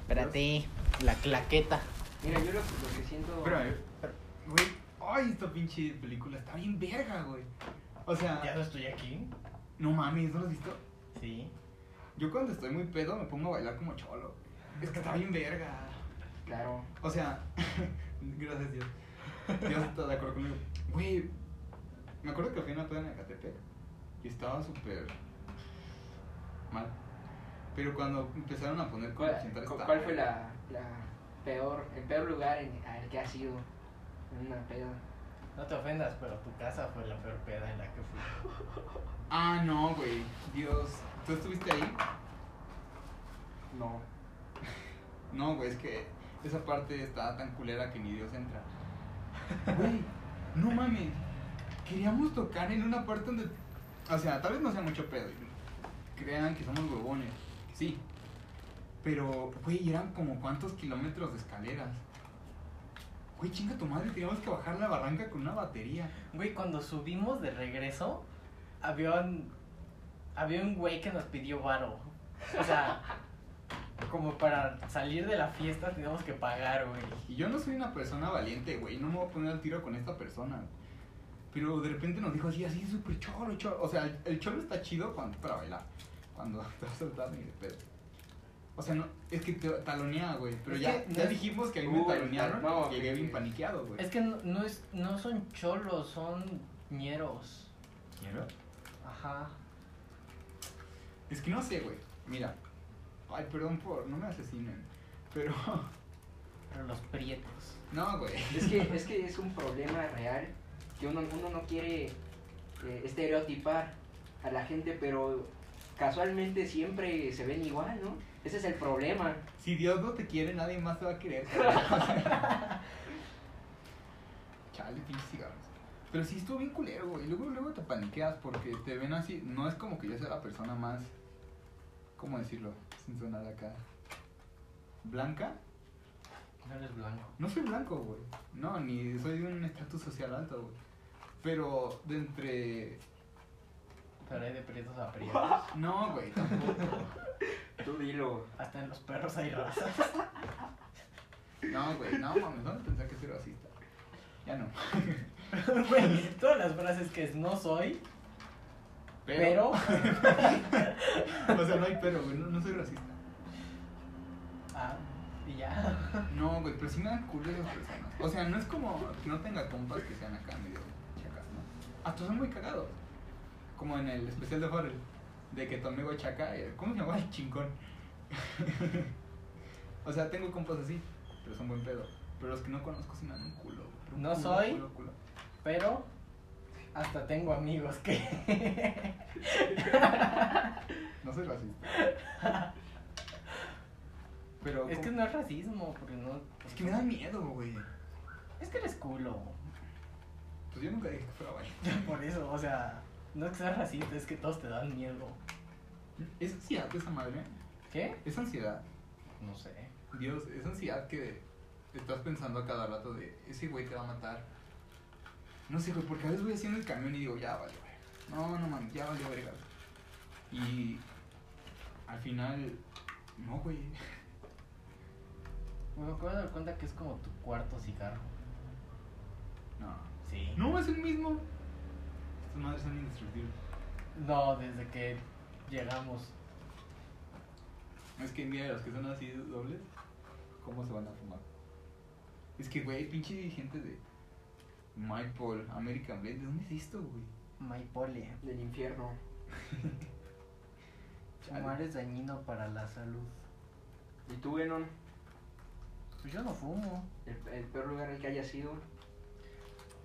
espérate. La claqueta. Mira, yo lo, lo que siento. Espérame, güey. Ay, esta pinche película está bien verga, güey. O Ya sea, no estoy aquí. no mames, ¿no lo has visto? Sí. Yo cuando estoy muy pedo me pongo a bailar como cholo. Es que está bien verga. Claro. O sea, gracias Dios. Dios está de acuerdo conmigo. Güey, me acuerdo que fui a una peda en Ecatepec y estaba súper mal. Pero cuando empezaron a poner como ¿Cuál, sentar cu- esta- cuál fue la, la peor, el peor lugar en, al que has ido? En una peda. No te ofendas, pero tu casa fue la peor peda en la que fui. Ah, no, güey. Dios. ¿Tú estuviste ahí? No. No, güey, es que esa parte está tan culera que ni Dios entra. Güey, no mames. Queríamos tocar en una parte donde. O sea, tal vez no sea mucho pedo. y Crean que somos huevones. Sí. Pero, güey, eran como cuántos kilómetros de escaleras. Güey, chinga tu madre, teníamos que bajar la barranca con una batería. Güey, cuando subimos de regreso, había un, había un güey que nos pidió varo. O sea, como para salir de la fiesta teníamos que pagar, güey. Y yo no soy una persona valiente, güey. No me voy a poner al tiro con esta persona. Pero de repente nos dijo así, así, súper cholo, cholo. O sea, el, el cholo está chido cuando, para bailar. Cuando te vas a soltar ni de pedo. O sea, no, es que te talonea, güey. Pero Es ya, que no ya es- dijimos que a mí me Uy, talonearon. no, llegué bien sí. paniqueado, güey. Es que no, no es, no son cholos, son ñeros. ¿Quiero? Ajá. Es que no sé, güey. Mira. Ay, perdón por... No me asesinen. Pero... Pero los prietos. No, güey. Es que es, que es un problema real que uno, uno no quiere eh, estereotipar a la gente, pero casualmente siempre se ven igual, ¿no? Ese es el problema. Si Dios no te quiere, nadie más te va a querer. Chale, pinches cigarros. Pero sí estuvo bien culero, güey. Luego, luego te paniqueas porque te ven así. No es como que yo sea la persona más. ¿Cómo decirlo? Sin sonar acá. ¿Blanca? No eres blanco. No soy blanco, güey. No, ni soy de un estatus social alto, güey. Pero de entre. Pero hay de prietos a prietos. No, güey, tampoco. Tú dilo. Hasta en los perros hay razas. No, güey, no mames, no pensar que soy racista. Ya no. Güey, todas las frases que es no soy, pero... O sea, no hay pero, güey. No, no soy racista. Ah, y ya. No, güey, pero sí me dan culo esas personas. O sea, no es como que no tenga compas que sean acá medio chacas, ¿no? Hasta son muy cagados. Como en el especial de Horror, de que tu amigo chaca, eh, ¿cómo se llama? El chingón. o sea, tengo compas así, pero son buen pedo. Pero los que no conozco sí me dan un culo. güey, pero un No culo, soy. culo, culo. Pero hasta tengo amigos que... No soy racista. Pero. Es que como- no es racismo, porque no... es que me da miedo, güey. Es que eres culo. Pues yo nunca dije que fuera vaya. Por eso, o sea, no es que seas racista, es que todos te dan miedo. ¿Es ansiedad esa madre? ¿Qué? ¿Es ansiedad? No sé. Dios, esa ansiedad que estás pensando a cada rato de ese güey te va a matar. No sé, güey, porque a veces voy haciendo el camión y digo, ya vale, güey. No, no mames, ya vale, verga. Y al final, no, güey. Me acabo de dar cuenta que es como tu cuarto cigarro. No. Sí. No, es el mismo. Estas madres son indestructibles. No, desde que llegamos. Es que mira, los que son así dobles, ¿cómo se van a fumar? Es que, güey, pinche dirigente de Paul, American Blade, ¿de dónde es esto, güey? Maipole. Del infierno. Chale. Fumar es dañino para la salud. ¿Y tú, Venon? Pues yo no fumo. El, el peor lugar al que hayas ido.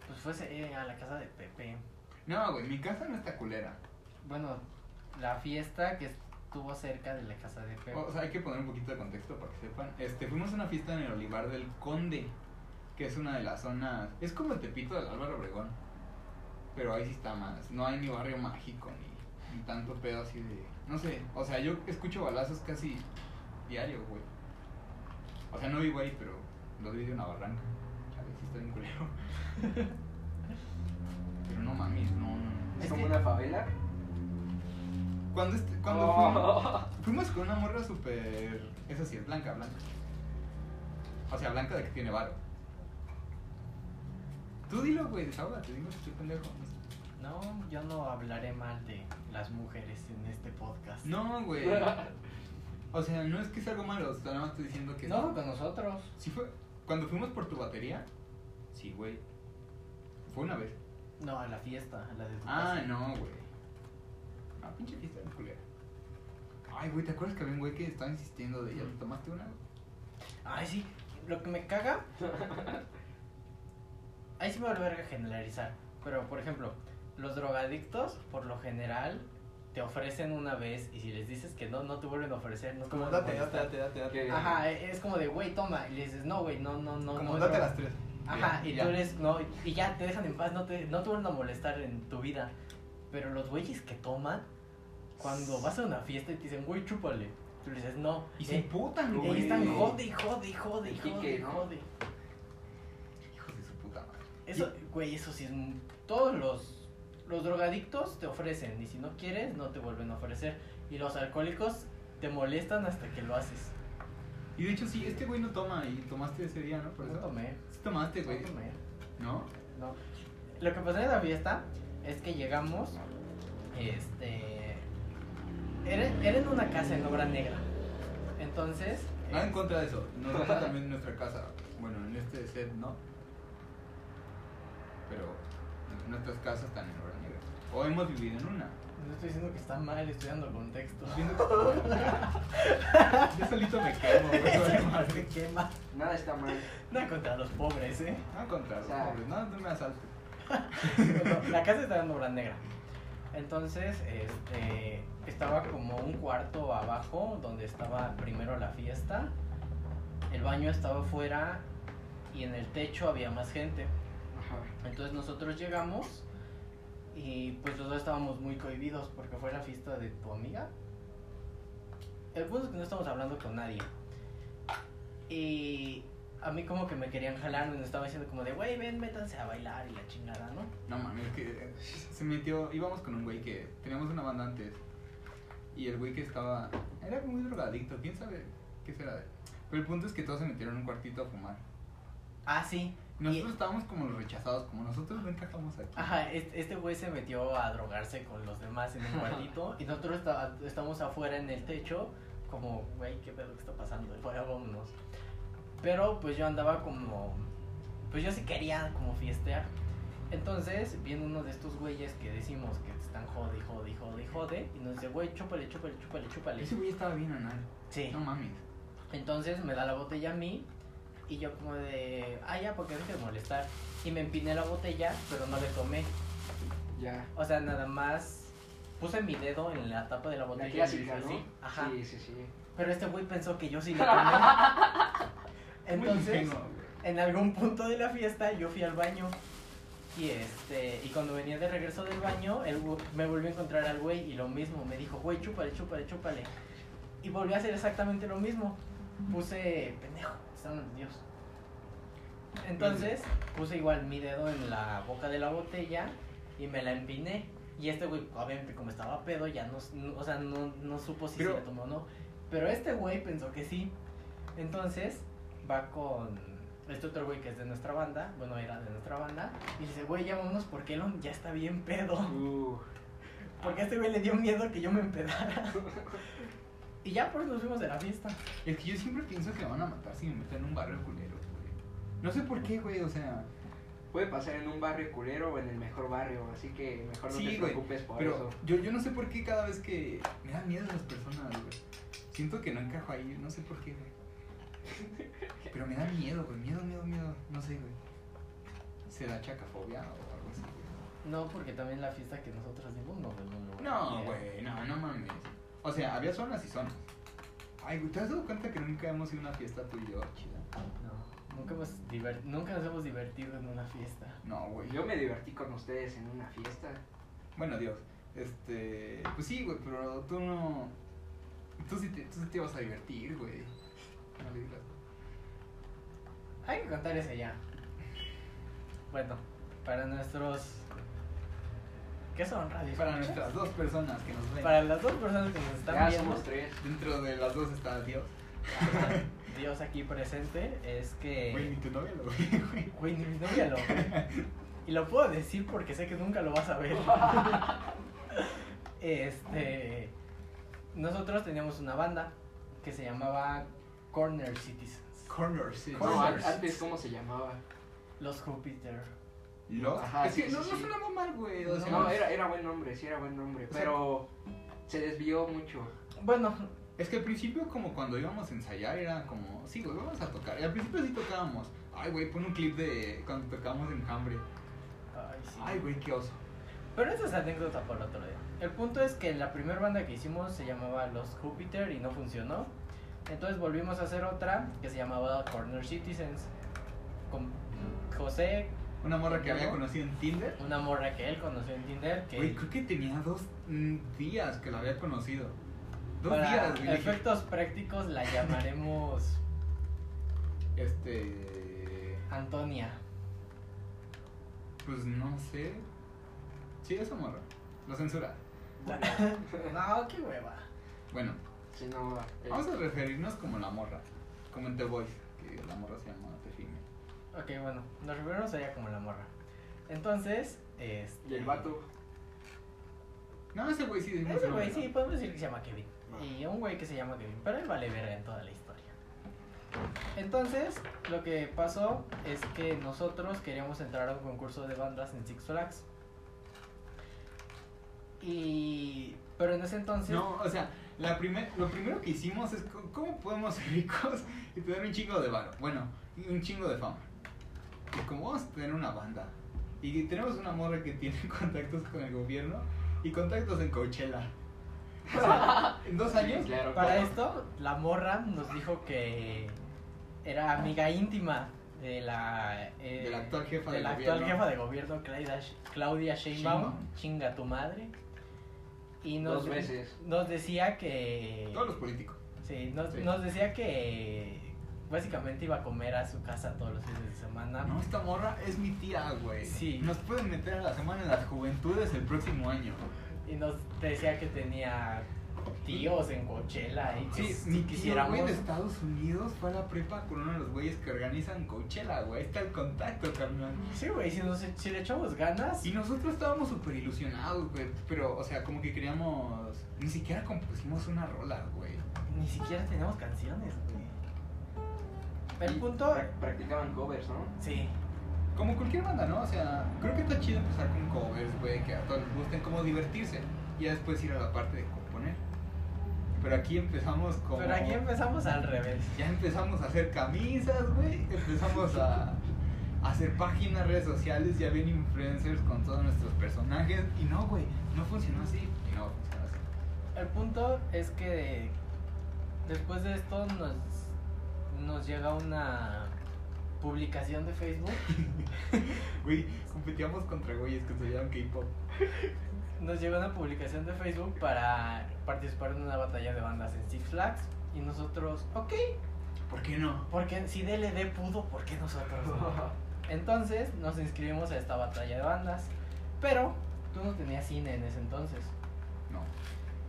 Pues fuese eh, a la casa de Pepe. No, güey, mi casa no está culera. Bueno, la fiesta que estuvo cerca de la casa de Pepe. O sea, hay que poner un poquito de contexto para que sepan. Este, fuimos a una fiesta en el Olivar del Conde, que es una de las zonas. Es como el Tepito del Álvaro Obregón. Pero ahí sí está más. No hay ni barrio mágico, ni, ni tanto pedo así de. No sé. O sea, yo escucho balazos casi diario, güey. O sea, no vivo ahí, pero los vi de una barranca. A ver si está bien culero. pero no mames, no, no, no. ¿Es, Es como que- una favela? Cuando, este- cuando Oh. fuimos, fuimos con una morra súper. Esa sí, es blanca, blanca. O sea, Blanca de que tiene varo. Tú dilo, güey, desahógate, dime que estoy pendejo. no sé. No, yo no hablaré mal de las mujeres en este podcast. No, güey. O sea, no es que sea algo malo, o sea, nada más estoy diciendo que. No fue con nosotros. Sí fue. Cuando fuimos por tu batería. Sí, güey. Fue una vez. No, a la fiesta, a la de tu Ah, casa. no, güey. Ah, pinche fiesta de culera. Ay, güey, ¿te acuerdas que había un güey que estaba insistiendo de ya te tomaste una? Ay, sí. Lo que me caga. Ahí sí me vuelve a generalizar. Pero, por ejemplo, los drogadictos, por lo general, te ofrecen una vez y si les dices que no, no te vuelven a ofrecer. No te Como vuelven a date, date, molestar. date, date, Que- date. Ajá, e- es como de, güey, toma. Y le dices, no, güey, no, no, no. Como no, date no". las tres. Ajá, Ya, y ya. tú eres, no, y ya te dejan en paz, no te, no te vuelven a molestar en tu vida. Pero los güeyes que toman, cuando vas a una fiesta y te dicen, güey, chúpale, tú le dices, no. Y se eh, imputan, y güey. ahí están jode, y jode, y jode, y El jode, pique, y ¿no? jode. Hijos de su puta madre. Eso, güey, eso sí es. un- Todos los, los drogadictos te ofrecen, y si no quieres, no te vuelven a ofrecer. Y los alcohólicos te molestan hasta que lo haces. Y de hecho, sí, este güey no toma y tomaste ese día, ¿no? Por No eso. tomé, Sí tomaste, no güey. tomé. ¿No? No. Lo que pasó en la fiesta es que llegamos. Este. Era, era en una casa en obra negra. Entonces. Nada Ah, en eh, contra de eso. Nos vemos también en nuestra casa. Bueno, en este set no. Pero en nuestras casas están en obra negra. O hemos vivido en una. no estoy diciendo que está mal, estoy dando contexto. Yo solito me quemo, güey. vale Se madre. quema. Nada está mal. Nada contra los pobres, ¿eh? Nada contra los O sea. pobres. No, no me asaltes. No, la casa estaba en obra negra. Entonces, este, estaba como un cuarto abajo donde estaba primero la fiesta. El baño estaba afuera y en el techo había más gente. Ajá. Entonces nosotros llegamos y pues los dos estábamos muy cohibidos porque fue la fiesta de tu amiga. El punto es que no estamos hablando con nadie. Y a mí como que me querían jalar, me estaban diciendo como de, güey, ven, métanse a bailar y la chingada, ¿no? No mames, que eh, se metió. Íbamos con un güey que teníamos una banda antes. Y el güey que estaba. Era muy drogadicto, quién sabe qué será de él. Pero el punto es que todos se metieron en un cuartito a fumar. Ah, sí. Y Nosotros estábamos como los rechazados, como nosotros no encajamos aquí. Ajá, es- este güey se metió a drogarse con los demás en un cuartito y nosotros está- estamos afuera en el techo como, güey, qué pedo que está pasando, Fuera, vámonos. Pero pues yo andaba como, pues yo sí quería como fiestear. Entonces viene uno de estos güeyes que decimos que están jode, y jode, y jode, y jode y nos dice, güey, chúpale, chúpale, chúpale, chúpale. Ese güey estaba bien anal. Sí. No mames. Entonces me da la botella a mí y yo como de, ah, ya, porque deje de molestar. Y me empiné la botella, pero no le tomé. Ya. O sea, nada más puse mi dedo en la tapa de la botella. La y clásica, le hice ¿no? así. Ajá. Sí, sí, sí. Pero este güey pensó que yo sí la tomé. Muy Entonces, ingenuo, güey. en algún punto de la fiesta, yo fui al baño. Y este, y cuando venía de regreso del baño, él vo- me volvió a encontrar al güey y lo mismo. Me dijo, güey, chúpale, chúpale, chúpale. Y volví a hacer exactamente lo mismo. Puse, pendejo, están los dios. Entonces, puse igual mi dedo en la boca de la botella y me la empiné. Y este güey, obviamente, como estaba pedo, ya no, s- no- o sea, no, no supo si Pero- se la tomó o no. Pero este güey pensó que sí. Entonces, va con este otro güey que es de nuestra banda, bueno, era de nuestra banda, y dice, güey, ya vámonos porque Elon ya está bien pedo. Uh, Porque a este güey le dio miedo que yo me empedara. Y ya pues nos fuimos de la fiesta. Es que yo siempre pienso que me van a matar si me meten en un barrio culero, güey. No sé por qué, güey, o sea. puede pasar en un barrio culero o en el mejor barrio, así que mejor no Sí, te güey. preocupes por Pero eso. yo, yo no sé por qué cada vez que me dan miedo las personas, güey. Siento que no encajo ahí, no sé por qué, güey. Pero me da miedo, güey. Miedo, miedo, miedo. No sé, güey. ¿Será chacafobia o algo así, güey? No, porque también la fiesta que nosotros dimos no fue muy buena. No, güey, no, no mames. O sea, había zonas y zonas. Ay, güey, ¿te has dado cuenta que nunca hemos ido a una fiesta tú y yo, chida? No, nunca, hemos diver- nunca nos hemos divertido en una fiesta. No, güey. Yo me divertí con ustedes en una fiesta. Bueno, Dios. Este. Pues sí, güey, pero tú no. Tú sí te, tú sí te vas a divertir, güey. No le digas. Hay que contar ese ya. Bueno, para nuestros... ¿Qué son? Radio Para nuestras dos personas que nos ven. Para las dos personas que nos ya están viendo. somos tres. Dentro de las dos está Dios. Dios aquí presente es que. Güey, ni tu novia lo ve, güey. Güey, ni mi novia lo ve. Y lo puedo decir porque sé que nunca lo vas a ver. este. Nosotros teníamos una banda que se llamaba Corner Citizens. Corner, sí. No, Corner. an- antes, ¿cómo se llamaba? Los Júpiter. Los- Ajá, es sí, que sí, no, no sí. sonaba mal, güey. o sea, No, era, era buen nombre, sí era buen nombre, O sea- pero se desvió mucho. Bueno, Es que al principio, como cuando íbamos a ensayar, era como, sí, güey, vamos a tocar. Y al principio sí tocábamos. Ay, güey, pon un clip de cuando tocábamos en Cambre. ay, sí. Ay, güey, qué oso. Pero esa es anécdota por otro día. El punto es que la primera banda que hicimos se llamaba Los Júpiter y no funcionó. Entonces volvimos a hacer otra que se llamaba Corner Citizens. Con José, Una morra que había ¿No? conocido en Tinder. una morra que él conoció en Tinder. Que Güey, creo que tenía dos mm, días que la había conocido. Dos para días, güey. dije, efectos prácticos la llamaremos Este. Antonia. Pues no sé. Sí, esa morra. Lo censura. No, qué hueva. Bueno, Sí, no, eh, vamos a referirnos como la morra. Como en The Voice, que la morra se llama Tefime. Ok, bueno, nos referimos a ella como la morra. Entonces, este... y el vato. No, ese güey sí. decimos Ese su güey, nombre, sí, pues, ¿no? podemos decir que se llama Kevin. Y un güey que se llama Kevin, pero él vale verga en toda la historia. Entonces, lo que pasó es que nosotros queríamos entrar a un concurso de bandas en Six Flags. Y... Pero en ese entonces... No, o sea, la primer, lo primero que hicimos es co- cómo podemos ser ricos y tener un chingo de varo. Bueno, y un chingo de fama. Y como vamos a tener una banda. Y tenemos una morra que tiene contactos con el gobierno y contactos en Coachella. O sea, en dos años. Sí, claro, Para claro. esto, la morra nos dijo que era amiga íntima de la, eh, De la actual jefa de de la actual gobierno. jefa de gobierno, Claudia, Sh- Claudia Sheinbaum, chinga tu madre. Y nos, Dos veces. nos decía que Todos los políticos. sí, nos, Sí. nos decía que básicamente iba a comer a su casa todos los fines de semana. No, esta morra es mi tía, güey. Sí. Nos pueden meter a la semana de las juventudes el próximo año. Y nos decía que tenía tíos en Coachella y que Sí, si mi tío, quisiéramos güey, de Estados Unidos fue a la prepa con uno de los güeyes que organizan Coachella, güey. Ahí Está el contacto, carnal. Sí, güey, si, nos, si le echamos ganas, Y nosotros estábamos súper ilusionados, güey. Pero, o sea, como que queríamos. Ni siquiera compusimos una rola, güey. Ni siquiera teníamos canciones, güey. El Y- punto. Pra- Practicaban covers, ¿no? Sí. Como cualquier banda, ¿no? O sea, creo que está chido empezar con covers, güey, que a todos les gusten, como divertirse. Y ya después ir a la parte de componer. Pero aquí empezamos como. Pero aquí empezamos al revés. Ya empezamos a hacer camisas, güey. Empezamos a, a hacer páginas, redes sociales. Ya ven influencers con todos nuestros personajes. Y no, güey, no funcionó así. Y no funcionó así. El punto es que después de esto nos, nos llega una publicación de Facebook. Güey, competíamos contra güeyes que estudiaban K-pop. Nos llega una publicación de Facebook para participar en una batalla de bandas en Six Flags. Y nosotros, ok, ¿Por qué no? porque si DLD pudo, ¿por qué nosotros no? Entonces nos inscribimos a esta batalla de bandas. Pero tú no tenías cine en ese entonces. No,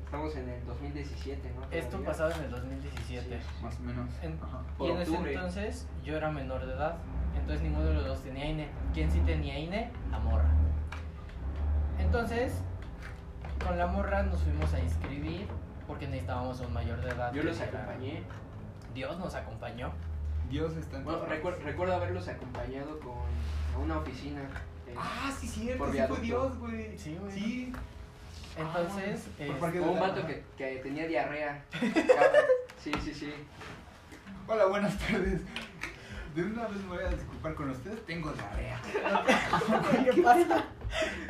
Estamos en el 2017, ¿no? Esto Todavía. pasaba en el 2017. Sí. más o menos. En- Ajá. y Por en ese octubre. entonces yo era menor de edad. Entonces ninguno de los dos tenía INE. ¿Quién sí tenía INE? La morra. Entonces, con la morra nos fuimos a inscribir porque necesitábamos un mayor de edad. Yo que los dijera, acompañé. Dios nos acompañó. Dios está en Bueno, todas recuer- partes. recuerdo haberlos acompañado con a una oficina. eh, Ah, sí, cierto. Por Sí fue viaducto. Dios, güey. Sí, güey. Sí. Entonces, este, Ah, por es- parque- con un vato que, que tenía diarrea. Cabrón. Sí, sí, sí. Hola, buenas tardes. De una vez me voy a disculpar con ustedes. Tengo diarrea. ¿qué pasa?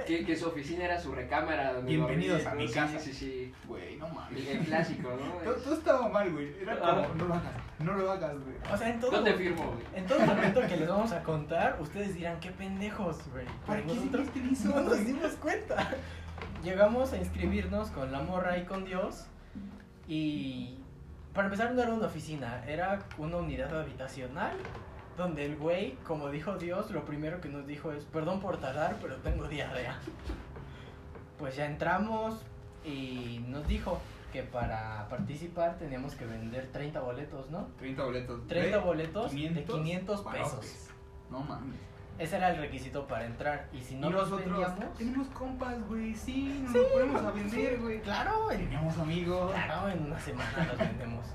Que, que su oficina era su recámara. donde Bienvenidos dormía, a mi ¿no? casa. Sí, sí, Güey, no sí. El, mames. el clásico, ¿no? Todo, todo estaba mal, güey. Era Ah. como, no lo hagas, no lo hagas, güey. O sea, en todo, No te firmo, güey. en todo momento que les vamos a contar, ustedes dirán, qué pendejos, güey. ¿Para Pero qué nosotros- seguiste en eso, No nos güey? dimos cuenta. Llegamos a inscribirnos con la morra y con Dios. Y para empezar no era una oficina, era una unidad habitacional donde el güey, como dijo Dios, lo primero que nos dijo es, perdón por tardar, pero tengo diarrea. Pues ya entramos y nos dijo, que para participar teníamos que vender 30 boletos, ¿no? 30 boletos. 30 Ve, boletos de 500 500 pesos. barotes. No mames. Ese era el requisito para entrar. Y si no y los nosotros teníamos- tenemos compas, güey. Sí, nos lo ponemos a vender, güey. Claro, en, Teníamos amigos. claro, en una semana los vendemos.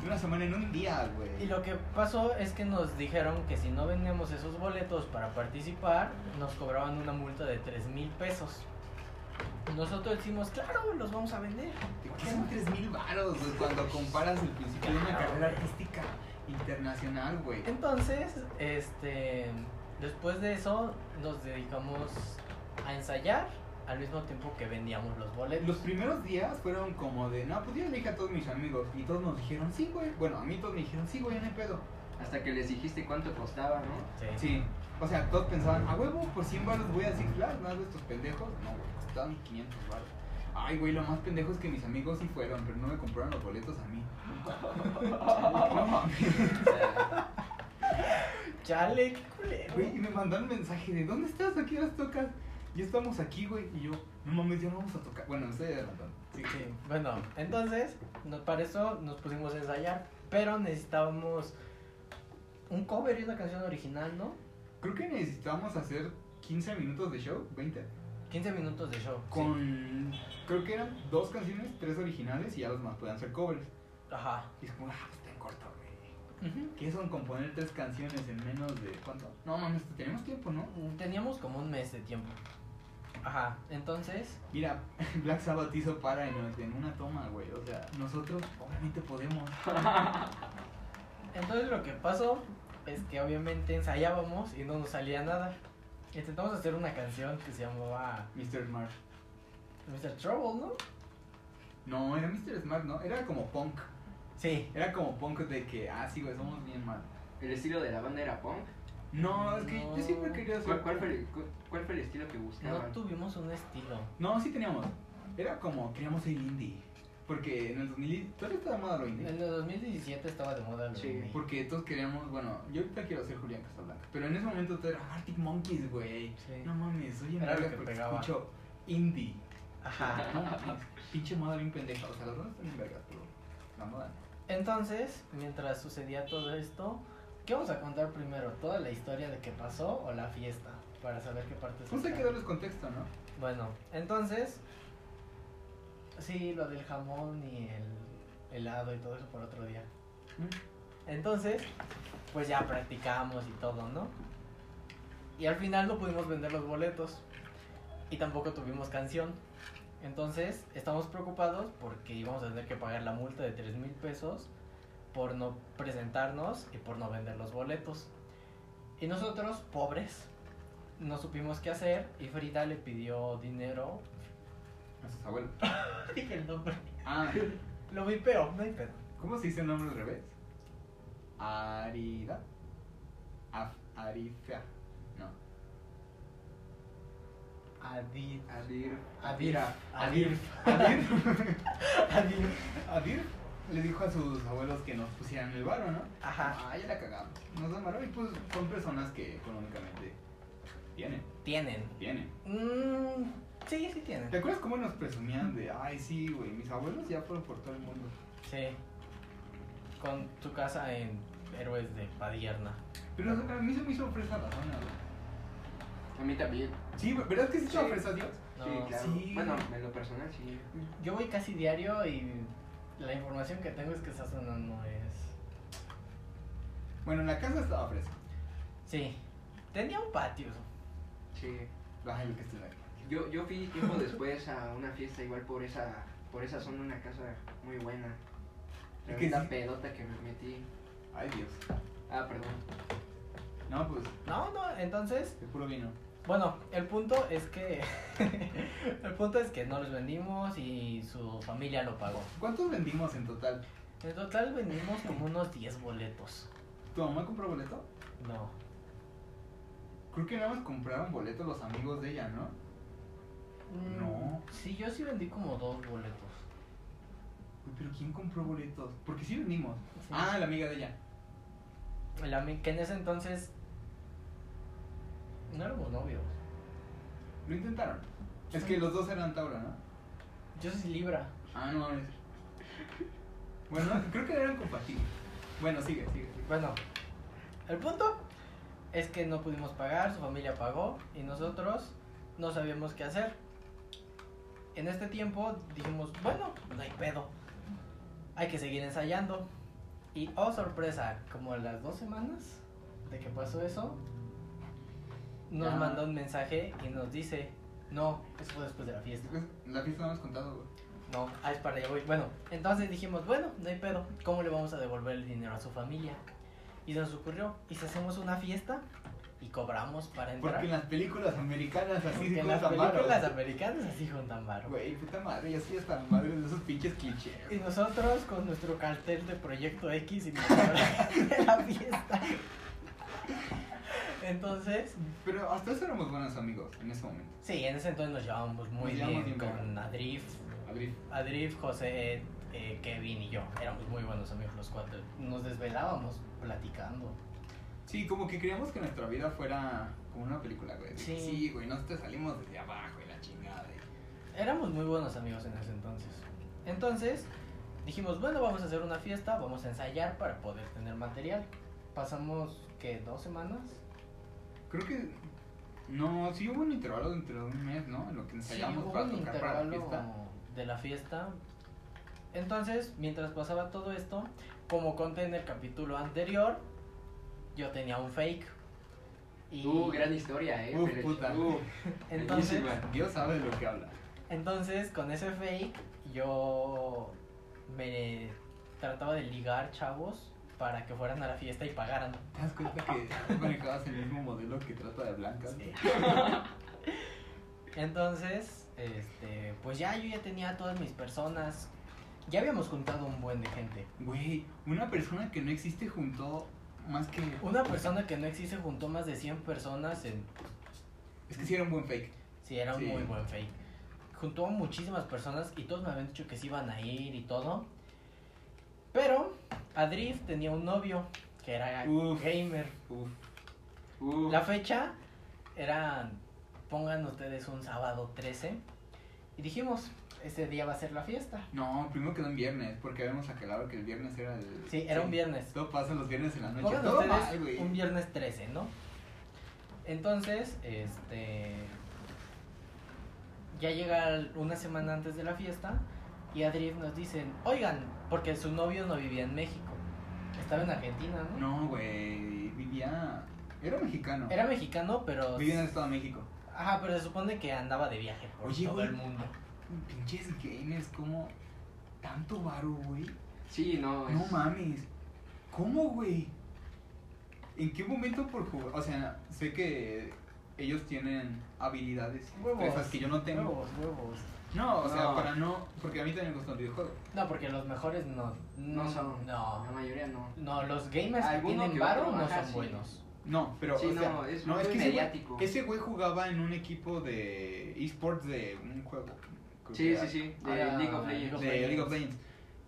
En una semana, en un día, Y güey. lo que pasó es que nos dijeron que si no vendíamos esos boletos para participar, nos cobraban una multa de 3 mil pesos. Nosotros decimos, claro, los vamos a vender. ¿Qué son 3000 baros, güey? Cuando comparas el principio de una Claro. carrera artística internacional, güey. Entonces, este, después de eso, nos dedicamos a ensayar al mismo tiempo que vendíamos los boletos. Los primeros días fueron como de, no, pues yo le dije a todos mis amigos. Y todos nos dijeron, sí, güey. Bueno, a mí todos me dijeron, sí, güey, no hay pedo. Hasta que les dijiste cuánto costaba, ¿no? Sí. Sí. O sea, todos pensaban, a huevo, por 100 baros voy a Six Flags, ¿no? De estos pendejos. No, güey, costaban 500 baros. Ay, güey, lo más pendejo es que mis amigos sí fueron, pero no me compraron los boletos a mí. No mames. Chale, qué culero. Güey, y me mandaron mensaje de, ¿dónde estás? ¿A qué horas tocas? Ya estamos aquí, güey. Y yo, no mames, ya no vamos a tocar. Bueno, me estoy adelantando. Sí, Sí, bueno, entonces, no- para eso nos pusimos a ensayar, pero necesitábamos un cover y una canción original, ¿no? Creo que necesitábamos hacer 15 minutos de show, 20. 15 minutos de show. sí. Con, creo que eran dos canciones, tres originales y ya los más podían ser covers. Ajá. Y es como, ah, pues está en corto, güey. Ujú. ¿Qué son componer tres canciones en menos de cuánto? No mames, tenemos tiempo, ¿no? Teníamos como un mes de tiempo. Ajá, entonces, Mira, Black Sabbath hizo para en, en una toma, güey. O sea, nosotros obviamente podemos. entonces lo que pasó es que obviamente ensayábamos y no nos salía nada. Intentamos hacer una canción que se llamaba Mr. Smart. Mr. Trouble, ¿no? No, era Mr. Smart, ¿no? Era como punk. Sí. Era como punk de que, ah, sí, güey, somos bien mal. El estilo de la banda era punk. No, es que No. yo siempre quería hacer. ¿Cuál, cuál fue, el, cu- cuál fue el estilo que No buscaban? tuvimos un estilo. No, sí teníamos. Era como, queríamos el indie. Porque en el 2000. ¿Tú estaba de moda lo En indie? el 2017 estaba de moda. el Sí, remake. Porque todos queríamos, bueno, yo ahorita quiero ser Julián Casablanca. Pero en ese momento todo era Arctic Monkeys, güey. Sí. No mames, soy en Era lo verga que porque pegaba. escucho indie. Ajá. No mames, pinche moda bien pendeja. O sea, las bandas están en vergas, pero la moda no. Entonces, mientras sucedía todo esto, ¿qué vamos a contar primero? ¿Toda la historia de qué pasó o la fiesta? Para saber qué parte Pues hay toca. que darles contexto, ¿no? Bueno, entonces, sí, lo del jamón y el helado y todo eso por otro día. Mm. Entonces, pues ya practicamos y todo, ¿no? Y al final no pudimos vender los boletos y tampoco tuvimos canción. Entonces, estamos preocupados porque íbamos a tener que pagar la multa de 3 mil pesos por no presentarnos y por no vender los boletos. Y nosotros, pobres, no supimos qué hacer y Frida le pidió dinero. A sus abuelos. Dije el nombre. Ah, Lo vipeo, no hay pedo. ¿cómo se dice el nombre al revés? Arida. Af, arifea. No. Adif. Adir. Adirf. Adir. Adir. Adir le dijo a sus abuelos que nos pusieran el varo, ¿no? Ajá. Ah, ya la cagamos. Nos dan varo y pues son personas que económicamente tienen, Tienen. tienen. Mm, sí, sí ¿Te tienen. acuerdas cómo nos presumían de, ay, sí, güey, mis abuelos ya fueron por todo el mundo? Sí. Con tu casa en Héroes de Padierna. Pero a mí se me hizo fresa la zona, güey. A mí también. Sí, güey, ¿verdad que sí estaba Sí. fresa, Dios? No, sí, claro. sí. Bueno, en lo personal sí. Yo voy casi diario y la información que tengo es que esa zona no es. Bueno, en la casa estaba fresa. Sí. Tenía un patio. Sí. Baja lo que estoy aquí. Yo, yo fui tiempo después a una fiesta igual por esa por esa zona, una casa muy buena. ¿Y qué Una sí? pedota que me metí. Ay, Dios. Ah, perdón. No, pues, No, no, entonces. de puro vino. Bueno, el punto es que. el punto es que no los vendimos y su familia lo pagó. ¿Cuántos vendimos en total? En total vendimos como unos 10 boletos. ¿Tu mamá compró boleto? No. Creo que nada más compraron boleto los amigos de ella, ¿no? Mm, No. Sí, yo sí vendí como dos boletos. Uy, pero ¿quién compró boletos? Porque sí vendimos. Sí. Ah, la amiga de ella. El ami- que en ese entonces no éramos novios. Lo intentaron. Es que los dos eran Tauro, ¿no? Yo soy Libra. Ah, no mames. Bueno, creo que eran compatibles. Bueno, sigue, sigue. sigue. Bueno, el punto es que no pudimos pagar, su familia pagó y nosotros no sabíamos qué hacer. En este tiempo dijimos, bueno, pues, no hay pedo, hay que seguir ensayando. Y oh sorpresa, como a las dos semanas de que pasó eso, nos Ah. mandó un mensaje y nos dice, no, eso fue después de la fiesta. La fiesta no hemos contado, güey. No, ah, es para allá voy. Bueno, entonces dijimos, bueno, no hay pedo. ¿Cómo le vamos a devolver el dinero a su familia? Y nos ocurrió, ¿y si hacemos una fiesta? Y cobramos para entrar. Porque en las películas americanas así Porque se en las cuentan varos. películas americanas así juntan varo. Güey, puta madre, ya estoy hasta la madre de esos pinches clichés. Y nosotros con nuestro cartel de Proyecto X y de la fiesta. Entonces, Pero hasta eso éramos buenos amigos en ese momento. sí, en ese entonces nos llevábamos muy Nos llevamos bien bien, con Adrift, Adri. Adrift, José, eh, Kevin y yo. Éramos muy buenos amigos los cuatro. Nos desvelábamos platicando. Sí, como que creíamos que nuestra vida fuera como una película, güey. De que Sí. Sí, güey, nosotros salimos desde abajo y la chingada. y- Éramos muy buenos amigos en ese entonces. Entonces dijimos, bueno, vamos a hacer una fiesta, vamos a ensayar para poder tener material. Pasamos, ¿qué? ¿Dos semanas? Creo que. No, sí hubo un intervalo entre un mes, ¿no? En lo que ensayamos hubo para un tocar para la intervalo fiesta. de la fiesta. Entonces, mientras pasaba todo esto, como conté en el capítulo anterior, yo tenía un fake. Y Uh, gran historia, eh. Uf, pero- puta. Uh, entonces, buenísima. Dios sabe de lo que habla. Entonces, con ese fake, yo me trataba de ligar chavos para que fueran a la fiesta y pagaran. ¿Te das cuenta que tú manejabas el mismo modelo que trata de blancas? Entonces, este, pues ya yo ya tenía a todas mis personas. Ya habíamos juntado un buen de gente. Güey, una persona que no existe juntó más que. Una persona que no existe juntó más de 100 personas en Es que sí era un buen fake. Sí, era un Sí. muy buen fake. Juntó a muchísimas personas y todos me habían dicho que se iban a ir y todo. Pero Adrift tenía un novio que era Uf. gamer. Uf. uh. La fecha era, pongan ustedes un sábado 13. Y dijimos, ese día va a ser la fiesta. No, primero quedó en viernes, porque habíamos aclarado que el viernes era el. Sí, era un viernes. Todo pasa los viernes en la noche. Pongan Todo mal, ustedes güey. un viernes 13, ¿no? Entonces, este. Ya llega el- una semana antes de la fiesta y Adriel nos dicen, oigan, porque su novio no vivía en México, estaba en Argentina, ¿no? No, güey. Vivía. Era mexicano. Era mexicano, pero. Vivía en el Estado de México. Ajá, pero se supone que andaba de viaje por Oye, todo güey. el mundo. Pinches gamers, como. Tanto varo, güey. Sí, no. No es- mames. ¿Cómo, güey? ¿En qué momento por jugar? O sea, sé que ellos tienen habilidades, Huevos. cosas que yo no tengo. Huevos, huevos. No, o sea, No. para no. Porque a mí también me gustan los videojuegos. No, porque los mejores no. No son. No. La mayoría no. No, los gamers que Alguno tienen que otro, varo no ajá, son sí. buenos. No, pero. Sí, o no, sea, es muy ese güey- mediático. Ese güey jugaba en un equipo de esports de un juego. creo que Sí, era, sí, sí. De Ah, Ahora, League of Legends. League De League of Legends.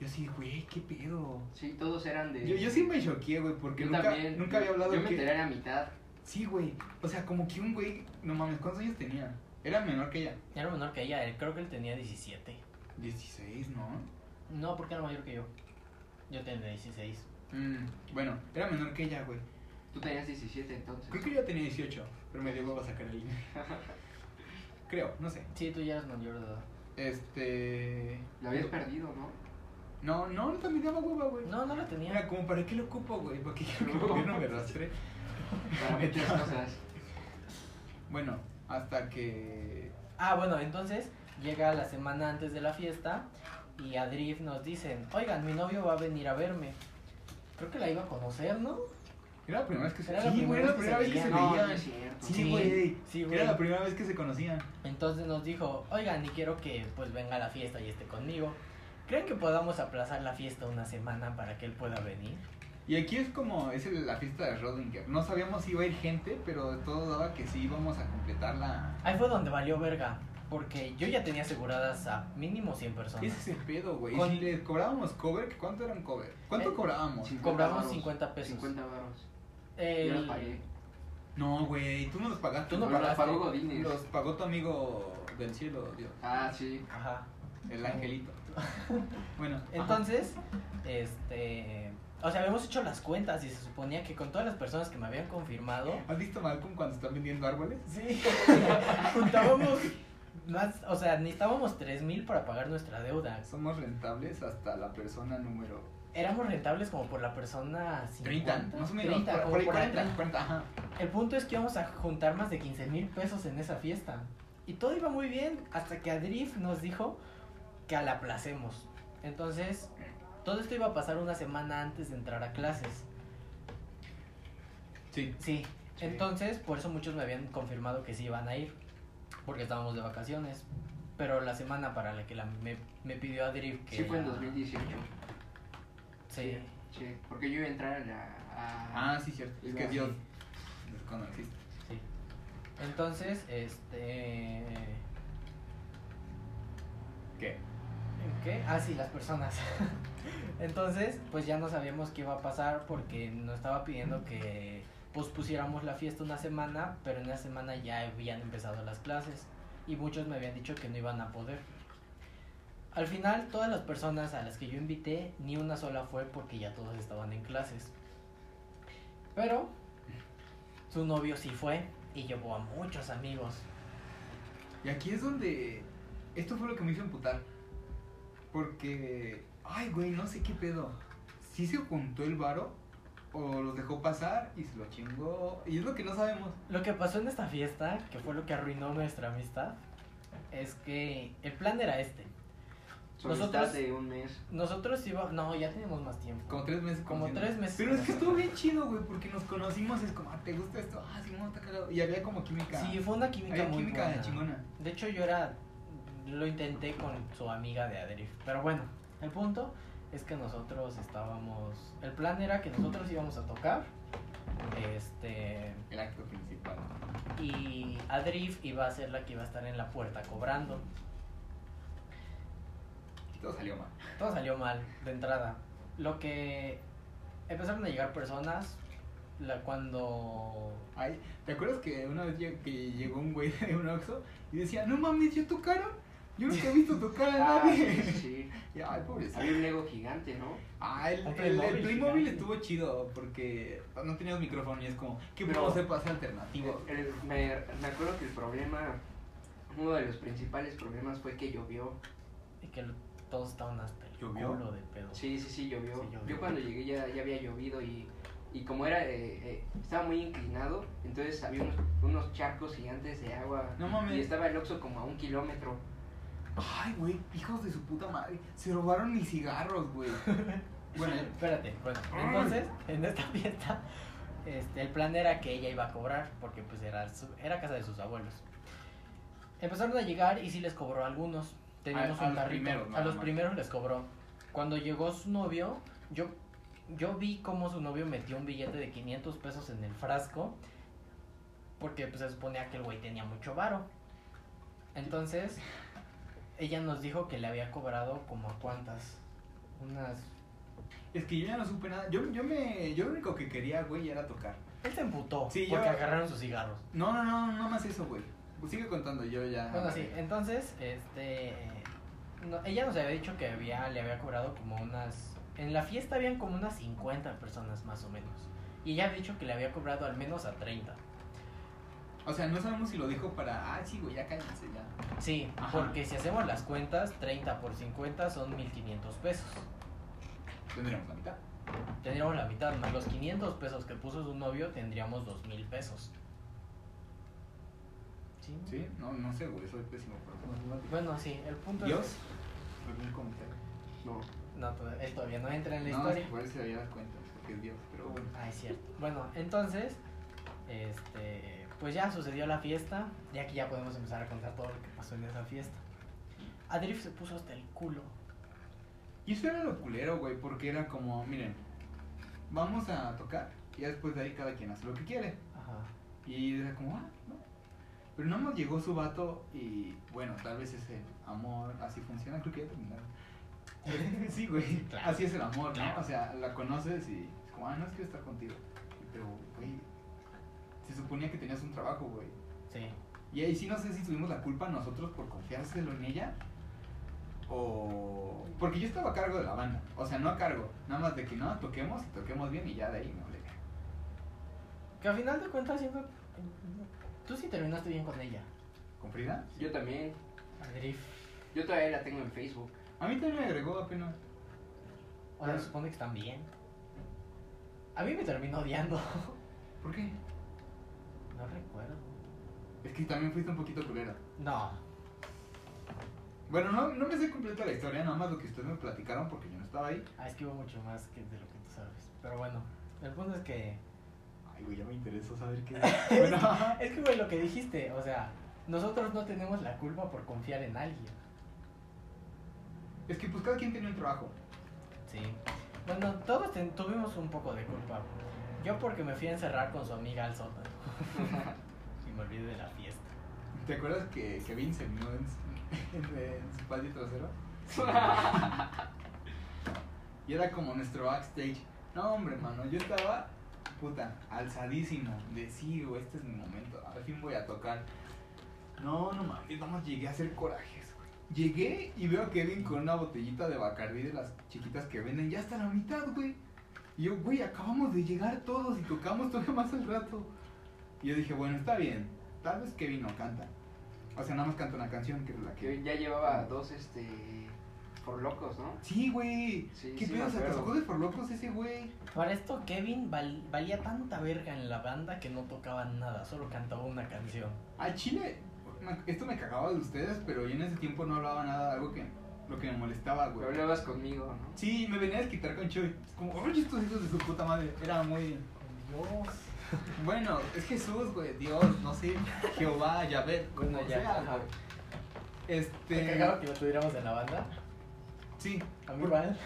Yo sí, güey, qué pedo. Sí, todos eran de. Yo, yo sí me choqué, güey, porque Yo nunca, también. nunca había hablado Yo que... me enteré a la mitad. Sí, güey. O sea, como que un güey, no mames, ¿cuántos años tenía? Era menor que ella. Era menor que ella, él- creo que él tenía 17. 16, ¿no? No, porque era mayor que yo. Yo tenía 16. Mm, bueno, era menor que ella, güey. Tú tenías 17 entonces. Creo que yo ya tenía 18, pero me dio a sacar el INE. Creo, no sé. Sí, tú ya eres mayor de edad. Este. Lo habías perdido, ¿no? No, no, no también daba hueva, güey. No, no la Era tenía. como, ¿para qué lo ocupo, güey? Porque quiero que el gobierno me rastre. Para muchas cosas. Bueno, hasta que. Ah, bueno, entonces llega la semana antes de la fiesta y a Drift nos dicen, oigan, mi novio va a venir a verme. Creo que la iba a conocer, ¿no? Era la primera vez que se Era la Sí, güey, era la primera vez que se No, no veían. es cierto. Sí, Sí, güey. sí, güey. Era la primera vez que se conocían. Entonces nos dijo, oigan, y quiero que pues venga a la fiesta y esté conmigo. ¿Creen que podamos aplazar la fiesta una semana para que él pueda venir? Y aquí es como, es el- la fiesta de Rodinger. No sabíamos si iba a ir gente, pero todo daba que sí íbamos a completar la... Ahí fue donde valió verga, porque yo ya tenía aseguradas a mínimo 100 personas. Ese es el pedo, güey. Con- Si les cobrábamos cover, ¿cuánto eran cover? ¿Cuánto Eh, cobrábamos? sí. Cobramos varos, 50 pesos. 50 baros. El- Yo los pagué. No, güey, tú no los pagaste. Tú no güey. Pero los pagaste. pagó Godínez. Los pagó tu amigo del cielo, Dios. Ah, sí. Ajá. El angelito. Bueno, Entonces, este. O sea, habíamos hecho las cuentas y se suponía que con todas las personas que me habían confirmado, ajá. ¿has visto Malcolm cuando están vendiendo árboles? sí, juntábamos más. O sea, necesitábamos 3 mil para pagar nuestra deuda. Somos rentables hasta la persona número Éramos rentables como por la persona 50. 30, más o menos. 30, por, como por ahí por ahí 40, 40, ajá. El punto es que íbamos a juntar más de 15 mil pesos en esa fiesta. Y todo iba muy bien hasta que Adrift nos dijo que la aplacemos. Entonces, todo esto iba a pasar una semana antes de entrar a clases. Sí. Sí. Sí. Entonces, por eso muchos me habían confirmado que sí iban a ir. Porque estábamos de vacaciones. Pero la semana para la que la- me, me pidió Adrift que... Sí, fue en la- 2018. Sí. Sí, porque yo iba a entrar a la. a- Ah, sí, cierto. Es que Sí. Dios desconociste. Sí. Entonces, este... ¿Qué? ¿En qué? Ah, sí, las personas. Entonces, pues ya no sabíamos qué iba a pasar porque nos estaba pidiendo que pospusiéramos la fiesta una semana, pero en la semana ya habían empezado las clases y muchos me habían dicho que no iban a poder. Al final, todas las personas a las que yo invité, ni una sola fue porque ya todos estaban en clases. Pero su novio sí fue y llevó a muchos amigos. Y aquí es donde. Esto fue lo que me hizo emputar. Porque. Ay, güey, no sé qué pedo. ¿Sí se juntó el varo? ¿O los dejó pasar y se lo chingó? Y es lo que no sabemos. Lo que pasó en esta fiesta, que fue lo que arruinó nuestra amistad, es que el plan era este. su Nosotros- amistad de un mes. Nosotros íbamos... No, ya teníamos más tiempo. Como tres meses. Como conociendo. tres meses Pero es que conociendo. estuvo bien chido, güey, porque nos conocimos. Es como, ah, ¿te gusta esto? Ah, sí, no, está cagado. Y había como química. Sí, fue una química había muy química buena. chingona. De hecho, yo era... Lo intenté con su amiga de Adrift. Pero bueno, el punto es que nosotros estábamos... El plan era que nosotros íbamos a tocar. Este... El acto principal. y Adrift iba a ser la que iba a estar en la puerta cobrando. Y todo salió mal. Todo salió mal de entrada. Lo que empezaron a llegar personas la cuando Ay, ¿te acuerdas que una vez lleg- que llegó un güey de un Oxxo y decía, no mames, ¿yo tocaron? Yo nunca he visto tocar a Ah, nadie. sí, sí, sí. Y, Ay, pobrecito. Había un Lego gigante, ¿no? Ah, el, Un el, el Playmobil Playmobil gigante. estuvo chido porque no tenías micrófono y es como, ¿qué Pero- puedo hacer para hacer eh, alternativo? El- Eh, el- me, me acuerdo que el problema. Uno de los principales problemas fue que llovió. y que lo- todos estaban hasta el ¿Llovió? culo de pedo. Sí, sí, sí, llovió. Sí, llovió. Yo cuando llegué ya, ya había llovido y, y como era, eh, eh, estaba muy inclinado, entonces había unos, unos charcos gigantes de agua. No mames. Y estaba el Oxxo como a un kilómetro. Ay, güey, hijos de su puta madre. Se robaron mis cigarros, güey. bueno, Espérate, bueno, Ah. entonces en esta fiesta este, el plan era que ella iba a cobrar porque pues era, su- era casa de sus abuelos. Empezaron a llegar y sí les cobró a algunos. Teníamos A- a un los carrito. primeros, a nada los más. primeros les cobró. Cuando llegó su novio, yo, yo vi cómo su novio metió un billete de 500 pesos en el frasco porque pues, se suponía que el güey tenía mucho varo. Entonces, ella nos dijo que le había cobrado como a cuántas. Unas es que yo ya no supe nada. Yo, yo me. Yo lo único que quería, güey, era tocar. Él se emputó Sí, porque yo- agarraron sus cigarros. No, no, no, no más eso, güey. Pues sigue contando, yo ya. Bueno, sí, eh. entonces, este. no, ella nos había dicho que había, le había cobrado como unas. En la fiesta habían como unas 50 personas más o menos. Y ella había dicho que le había cobrado al menos a 30. O sea, no sabemos si lo dijo para. Ah, sí, güey, ya cállense, ya. Sí, Ajá. porque si hacemos las cuentas, 30 por 50 son 1500 pesos. Tendríamos la mitad. Tendríamos la mitad, más los 500 pesos que puso su novio, tendríamos 2000 pesos. Sí. Sí, no, no sé, güey, soy pésimo. Pero... Bueno, sí, el punto Dios. es. ¿Algún comentario? No. No, tod- él todavía no entra en la No, historia. es que por eso ya las cuentas, porque es Dios, pero bueno. Ah, es cierto. Bueno, entonces, este, pues ya sucedió la fiesta. Y aquí ya podemos empezar a contar todo lo que pasó en esa fiesta. Adrift se puso hasta el culo. Y eso era lo culero, güey, porque era como, miren, vamos a tocar y ya después de ahí cada quien hace lo que quiere. Ajá. Y era como, ah, no. Pero no más llegó su vato y, bueno, tal vez es el amor, así funciona, creo que ya terminaron. sí, güey, Claro. así es el amor, ¿no? Claro. O sea, la conoces y es como, ah, no, es que estar contigo. Pero, güey, se suponía que tenías un trabajo, güey. Sí. Y ahí sí no sé si tuvimos la culpa nosotros por confiárselo en ella O. Porque yo estaba a cargo de la banda. O sea, no a cargo. Nada más de que no, toquemos, toquemos bien y ya de ahí me olvidé. Que al final de cuentas, siento- tú sí terminaste bien con ella. ¿Con Frida? Yo también. Adrift. Yo todavía la tengo en Facebook. A mí también me agregó apenas. O sea, supone que están bien. A mí me terminó odiando. ¿Por qué? No recuerdo. Es que también fuiste un poquito culera. No. Bueno, no, no me sé completa la historia, nada más lo que ustedes me platicaron porque yo no estaba ahí. Ah, es que hubo mucho más que de lo que tú sabes. Pero bueno, el punto es que. Ay, güey, ya me interesó saber qué. bueno, Es que, güey, lo que dijiste, o sea, nosotros no tenemos la culpa por confiar en alguien. es que pues cada quien tiene un trabajo. Sí. Bueno, todos ten- tuvimos un poco de culpa. Yo porque me fui a encerrar con su amiga al sótano. y me olvidé de la fiesta. ¿Te acuerdas que Kevin se meó en, su- en- en su patio trasero? Y era como nuestro backstage. No, hombre, mano, yo estaba, puta, alzadísimo. De sí, güey, este es mi momento. Al fin voy a tocar. No, no mames, nada más llegué a hacer corajes, güey. Llegué y veo a Kevin con una botellita de Bacardí de las chiquitas que venden. Ya hasta la mitad, güey. Y yo, güey, acabamos de llegar todos y tocamos todavía más al rato. Y yo dije, bueno, está bien. Tal vez Kevin no canta. O sea, nada más canta una canción que es la que... Que ya llevaba dos, este. Por locos, ¿no? Sí, güey. Sí, ¿Qué sí, pedo? me ¿Se te acuerdo. sacó de por locos ese güey? Para esto, Kevin val- valía tanta verga en la banda que no tocaba nada, solo cantaba una canción. Al Chile, me- esto me cagaba de ustedes, pero yo en ese tiempo no hablaba nada, algo que lo que me molestaba, Pero güey. hablabas conmigo, ¿no? Sí, me venía a desquitar con Chuy. Es Como, oye, estos hijos de su puta madre. Era muy. Dios. Bueno, es Jesús, güey. Dios, no sé. Jehová, Yahvé, como Bueno, ya. sea, ajá. güey. Me cagaba Este. que lo tuviéramos en la banda. Sí. A mí Por- igual.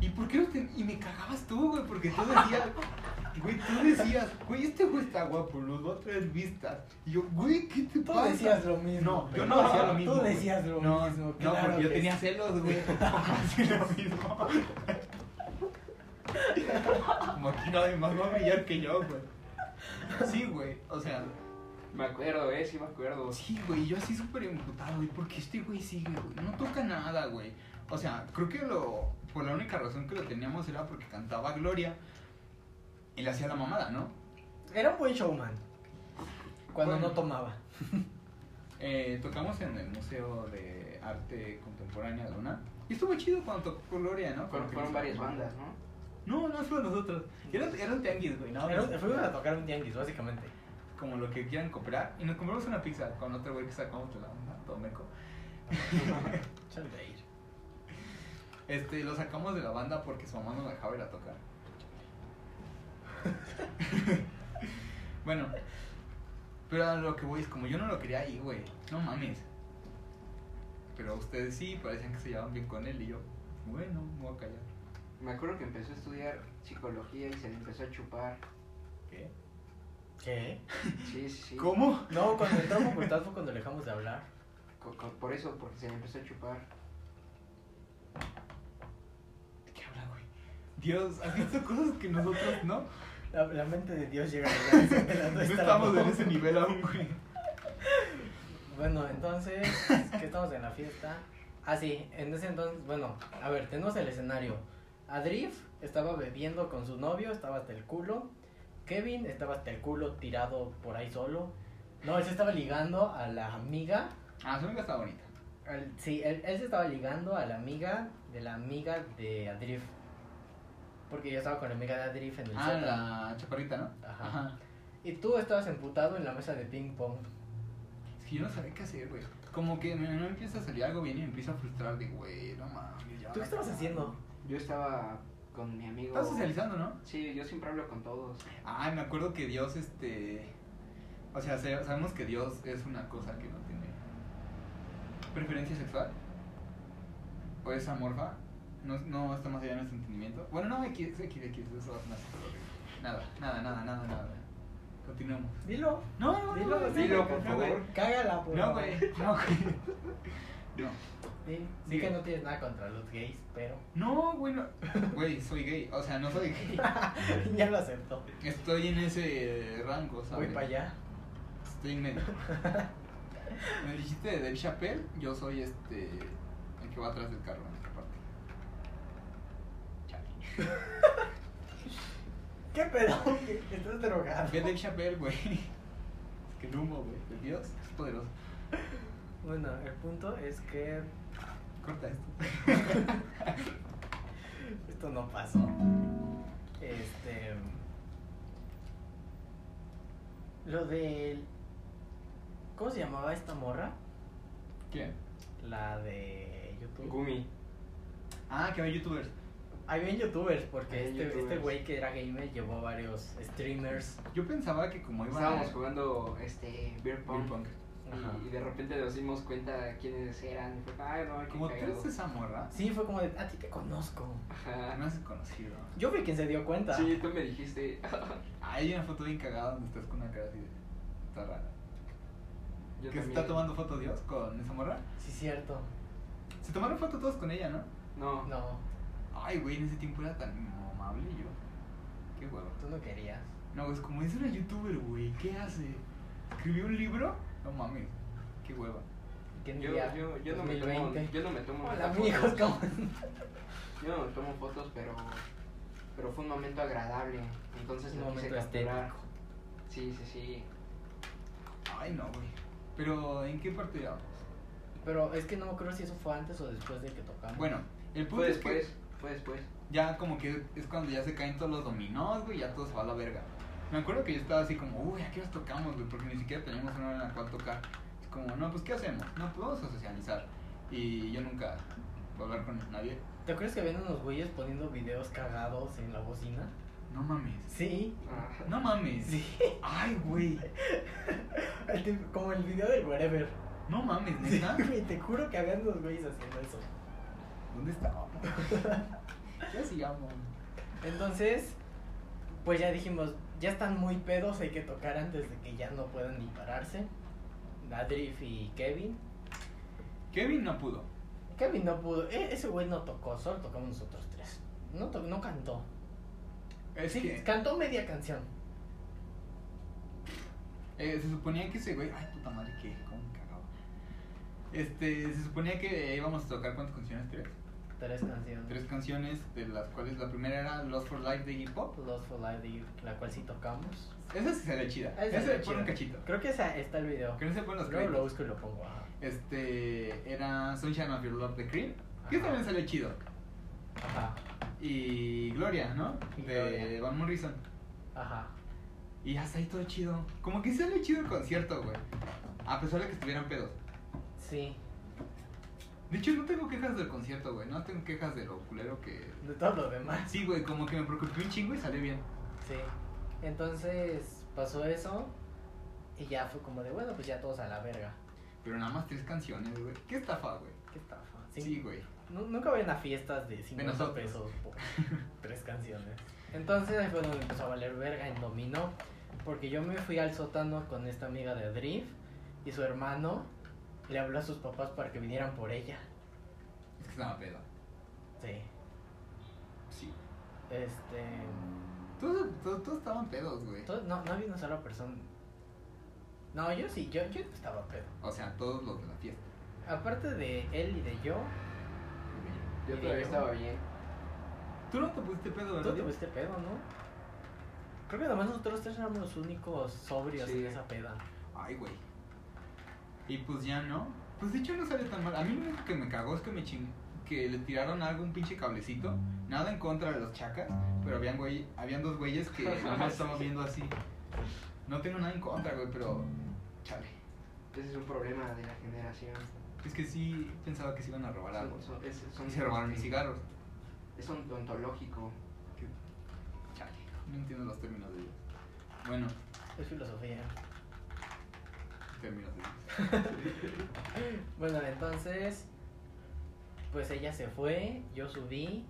¿Y por qué no te... Y me cagabas tú, güey, porque tú decías... Güey, tú decías, güey, este güey está guapo, nos va a traer vistas. Y yo, güey, ¿qué te Tú pasa? decías lo mismo. No, yo no decía lo mismo, Tú güey. decías lo No, mismo. no, claro porque yo que tenía sí. celos, güey. Así lo mismo. Como aquí nadie más va a brillar que yo, güey. Sí, güey, o sea... pues Me acuerdo, ¿eh? Sí, me acuerdo. Sí, güey, yo así súper emputado, güey, porque este güey sigue, güey, no toca nada, güey. O sea, creo que lo, por la única razón que lo teníamos era porque cantaba Gloria y le hacía la mamada, ¿no? Era un buen showman. Cuando Bueno. no tomaba. Eh, tocamos en el Museo de Arte Contemporánea de UNAM y estuvo chido cuando tocó Gloria, ¿no? Fueron, Porque fueron hizo- varias bandas, ¿no? No, no fueron nosotros. Era, era un tianguis, güey, nada Era más. un- Fuimos a tocar un tianguis, básicamente. como lo que quieran comprar y nos compramos una pizza con otro güey que sacamos de la onda, Tomeco. Chale de ir. Este, lo sacamos de la banda porque su mamá no dejaba ir a tocar. bueno, pero a lo que voy es como yo no lo quería ahí, güey. No mames. Pero ustedes sí, parecían que se llevaban bien con él y yo, bueno, me voy a callar. Me acuerdo que empezó a estudiar psicología y se le empezó a chupar. ¿Qué? ¿Qué? Sí, sí, sí. ¿Cómo? No, cuando entró a facultad fue cuando dejamos de hablar. Co- co- por eso, porque se le empezó a chupar. ¿De qué habla, güey? Dios, has visto cosas que nosotros no. La, la mente de Dios llega a la de las No dos estamos estábamos. en ese nivel aún, güey. Bueno, entonces, que estamos en la fiesta. Ah, sí, en ese entonces, bueno, a ver, tenemos el escenario. Adrift estaba bebiendo con su novio, estaba hasta el culo. Kevin estaba hasta el culo tirado por ahí solo. No, él se estaba ligando a la amiga. Ah, su amiga está bonita. al- sí, él, él se estaba ligando a la amiga de la amiga de Adrift. Porque yo estaba con la amiga de Adrift en el Ah, sótano. la chaparrita, ¿no? Ajá. Y tú estabas emputado en la mesa de ping pong. Es que yo no sabía qué hacer, güey. Como que me, no empieza a salir algo bien y me empieza a frustrar de, güey, no mames. ya ¿Tú qué la estabas cagada". haciendo? Yo estaba con mi amigo. Estabas socializando, ¿no? Sí, yo siempre hablo con todos. Ay, me acuerdo que Dios, este... O sea, sa- sabemos que Dios es una cosa que no tiene preferencia sexual. O es amorfa. No, no está más allá de nuestro entendimiento. Bueno, no, X, X, X, eso va a sonar súper horrible. Nada, nada, nada, nada, nada. Continuamos. Dilo. No, no, no, Dilo, no, no, dilo, no, por no, favor. güey. Cágala, por No, favor. güey. No, güey. No. Sí, sí Sigue. que no tienes nada contra los gays, pero No, güey, no. Güey, soy gay. O sea, no soy gay. ya lo aceptó. Estoy en ese eh, rango, Voy ¿sabes? para allá. Estoy en medio. Me dijiste de Dave Chappelle. Yo soy este. El que va atrás del carro, en esta parte. ¿Qué pedo? Estás drogado. Ve Dave Chappelle, güey. Es que el humo, güey. El Dios es poderoso. Bueno, el punto es que Corta esto. esto no pasó. Este. Lo del. ¿Cómo se llamaba esta morra? ¿Quién? La de YouTube. Gumi. Ah, que hay youtubers. Había en youtubers, porque Había este este youtubers. güey que era gamer llevó varios streamers. Yo pensaba que como iban Estábamos a- jugando este beer pong, Ping pong. Ajá. Y, y de repente nos dimos cuenta quiénes eran. Fue, Ay, no, qué Como tú cagado". eres esa morra, Sí, fue como de, a ti te conozco. me Ajá. has conocido. Yo fui quien se dio cuenta. Sí, tú me dijiste. Hay una foto bien cagada donde estás con una cara así de... Está rara. Yo que se también. está tomando foto Dios con esa morra. Sí, cierto. Se tomaron foto todos con ella, ¿no? No, No, Ay, güey, en ese tiempo era tan amable yo. Qué huevo. tú no querías. No, es como es una youtuber, güey. ¿Qué hace? ¿Escribió un libro? No mames. Qué hueva. ¿Qué Yo, día? yo, yo, no me tomo, 2020. yo no me tomo Hola fotos. amigos, ¿cómo están? Yo no me tomo fotos, pero, pero fue un momento agradable. Entonces Un lo quise momento capturar. estético. Sí, sí, sí. Ay, no, güey. Pero, ¿en qué parte Ah, íbamos? Pero es que no me acuerdo si eso fue antes o después de que tocamos. Bueno, el punto Fue es que después, fue después. ya como que es cuando ya se caen todos los dominós, güey, ya todo se va a la verga. Me acuerdo que yo estaba así como, uy, ¿a qué hora tocamos, güey? Porque ni siquiera teníamos una hora en la cual tocar. Es como, no, pues, ¿qué hacemos? No, pues, vamos a socializar. Y yo nunca voy a hablar con nadie. ¿Te acuerdas que habían unos güeyes poniendo videos cagados en la bocina? No mames. Sí. Ah, No mames. Sí. Ay, güey. El tip- Como el video del wherever. No mames, Sí, neta. güey, te juro que habían unos güeyes haciendo eso. ¿Dónde estábamos? ya sigamos. Entonces, pues ya dijimos, ya están muy pedos, hay que tocar antes de que ya no puedan ni pararse. Nadriff y Kevin. Kevin no pudo. Kevin no pudo, e- ese güey no tocó, solo tocamos nosotros tres. No, to- no cantó. Es Sí, que cantó media canción. eh, se suponía que ese güey. Ay, puta madre, que cómo me cagaba. Este, se suponía que eh, íbamos a tocar cuántas canciones, tres. Tres canciones. Tres canciones, de las cuales la primera era Lost for Life de Hip Hop. Lost for Life, de- la cual sí tocamos. Esa sí sale chida. Esa Esa sale le pone chida. un cachito. Creo que esa está el video. Que no se ponen los Luego lo créditos. busco y lo pongo. ajá. Este, era Sunshine of Your Love de Cream. Que Ajá. también sale chido. Ajá. Y Gloria, ¿no? Y De Gloria. Van Morrison. Ajá. Y ya está ahí todo chido. Como que sale chido el concierto, güey. A pesar de que estuvieran pedos. Sí. De hecho, no tengo quejas del concierto, güey. No tengo quejas de lo culero que. De todo lo demás. Sí, güey, como que me preocupé un chingo y salió bien. Sí. Entonces pasó eso. Y ya fue como de, bueno, pues ya todos a la verga. Pero nada más tres canciones, güey. Qué estafa, güey. Qué estafa. Sí. Sí, güey. Nu- Nunca ven a fiestas de 50 nosotros. pesos por tres canciones. Entonces ahí fue donde empezó a valer verga en dominó. Porque yo me fui al sótano con esta amiga de Drift. Y su hermano le habló a sus papás para que vinieran por ella. Es que estaba pedo. Sí. Sí. Este. Todos, todos, todos estaban pedos, güey. to- No, no había una sola persona. No, yo sí, yo, yo estaba pedo. O sea, todos los de la fiesta. Aparte de él y de yo, Yo Y todavía yo. estaba bien. Tú no te pusiste pedo, tú ¿verdad? te fuiste este pedo, ¿no? Creo que además nosotros tres éramos los únicos sobrios Sí. en esa peda. Ay, güey. Y pues ya no. Pues de hecho no sale tan mal. A mí lo único que me cagó es que me ching... que le tiraron algo, un pinche cablecito. Nada en contra de los chacas, pero habían, güey... habían dos güeyes que nada más estaban viendo así. No tengo nada en contra, güey, pero... Chale. Ese es un problema de la generación. Es que sí pensaba que se iban a robar algo. Son- son- es- son- Y se robaron mis cigarros. Es ontológico. Chale. No entiendo los términos de ellos. Bueno, Es filosofía. términos de ellos. Bueno, entonces, pues ella se fue, yo subí,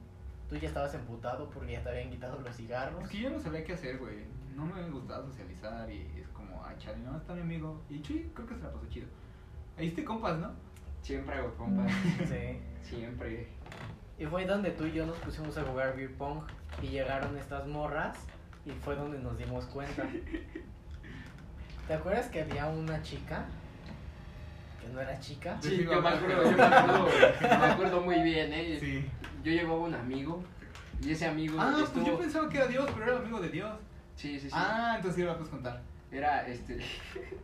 tú ya estabas emputado porque ya te habían quitado los cigarros. Es que yo no sabía qué hacer, güey. No me gustaba socializar y es como, ay, chale, no, está mi amigo. Y chuy, creo que se la pasó chido. Ahí este compas, ¿no? Siempre hago compas. Sí. Siempre. Y fue donde tú y yo nos pusimos a jugar beer pong y llegaron estas morras y fue donde nos dimos cuenta. ¿Te acuerdas que había una chica que que no era chica. Sí, yo me acuerdo, yo me acuerdo, me acuerdo muy bien, ¿eh? Sí. Yo llevaba un amigo y ese amigo Ah, estuvo... pues yo pensaba que era Dios, pero era el amigo de Dios. Sí, sí, sí. Ah, entonces sí lo puedes contar. Era, este...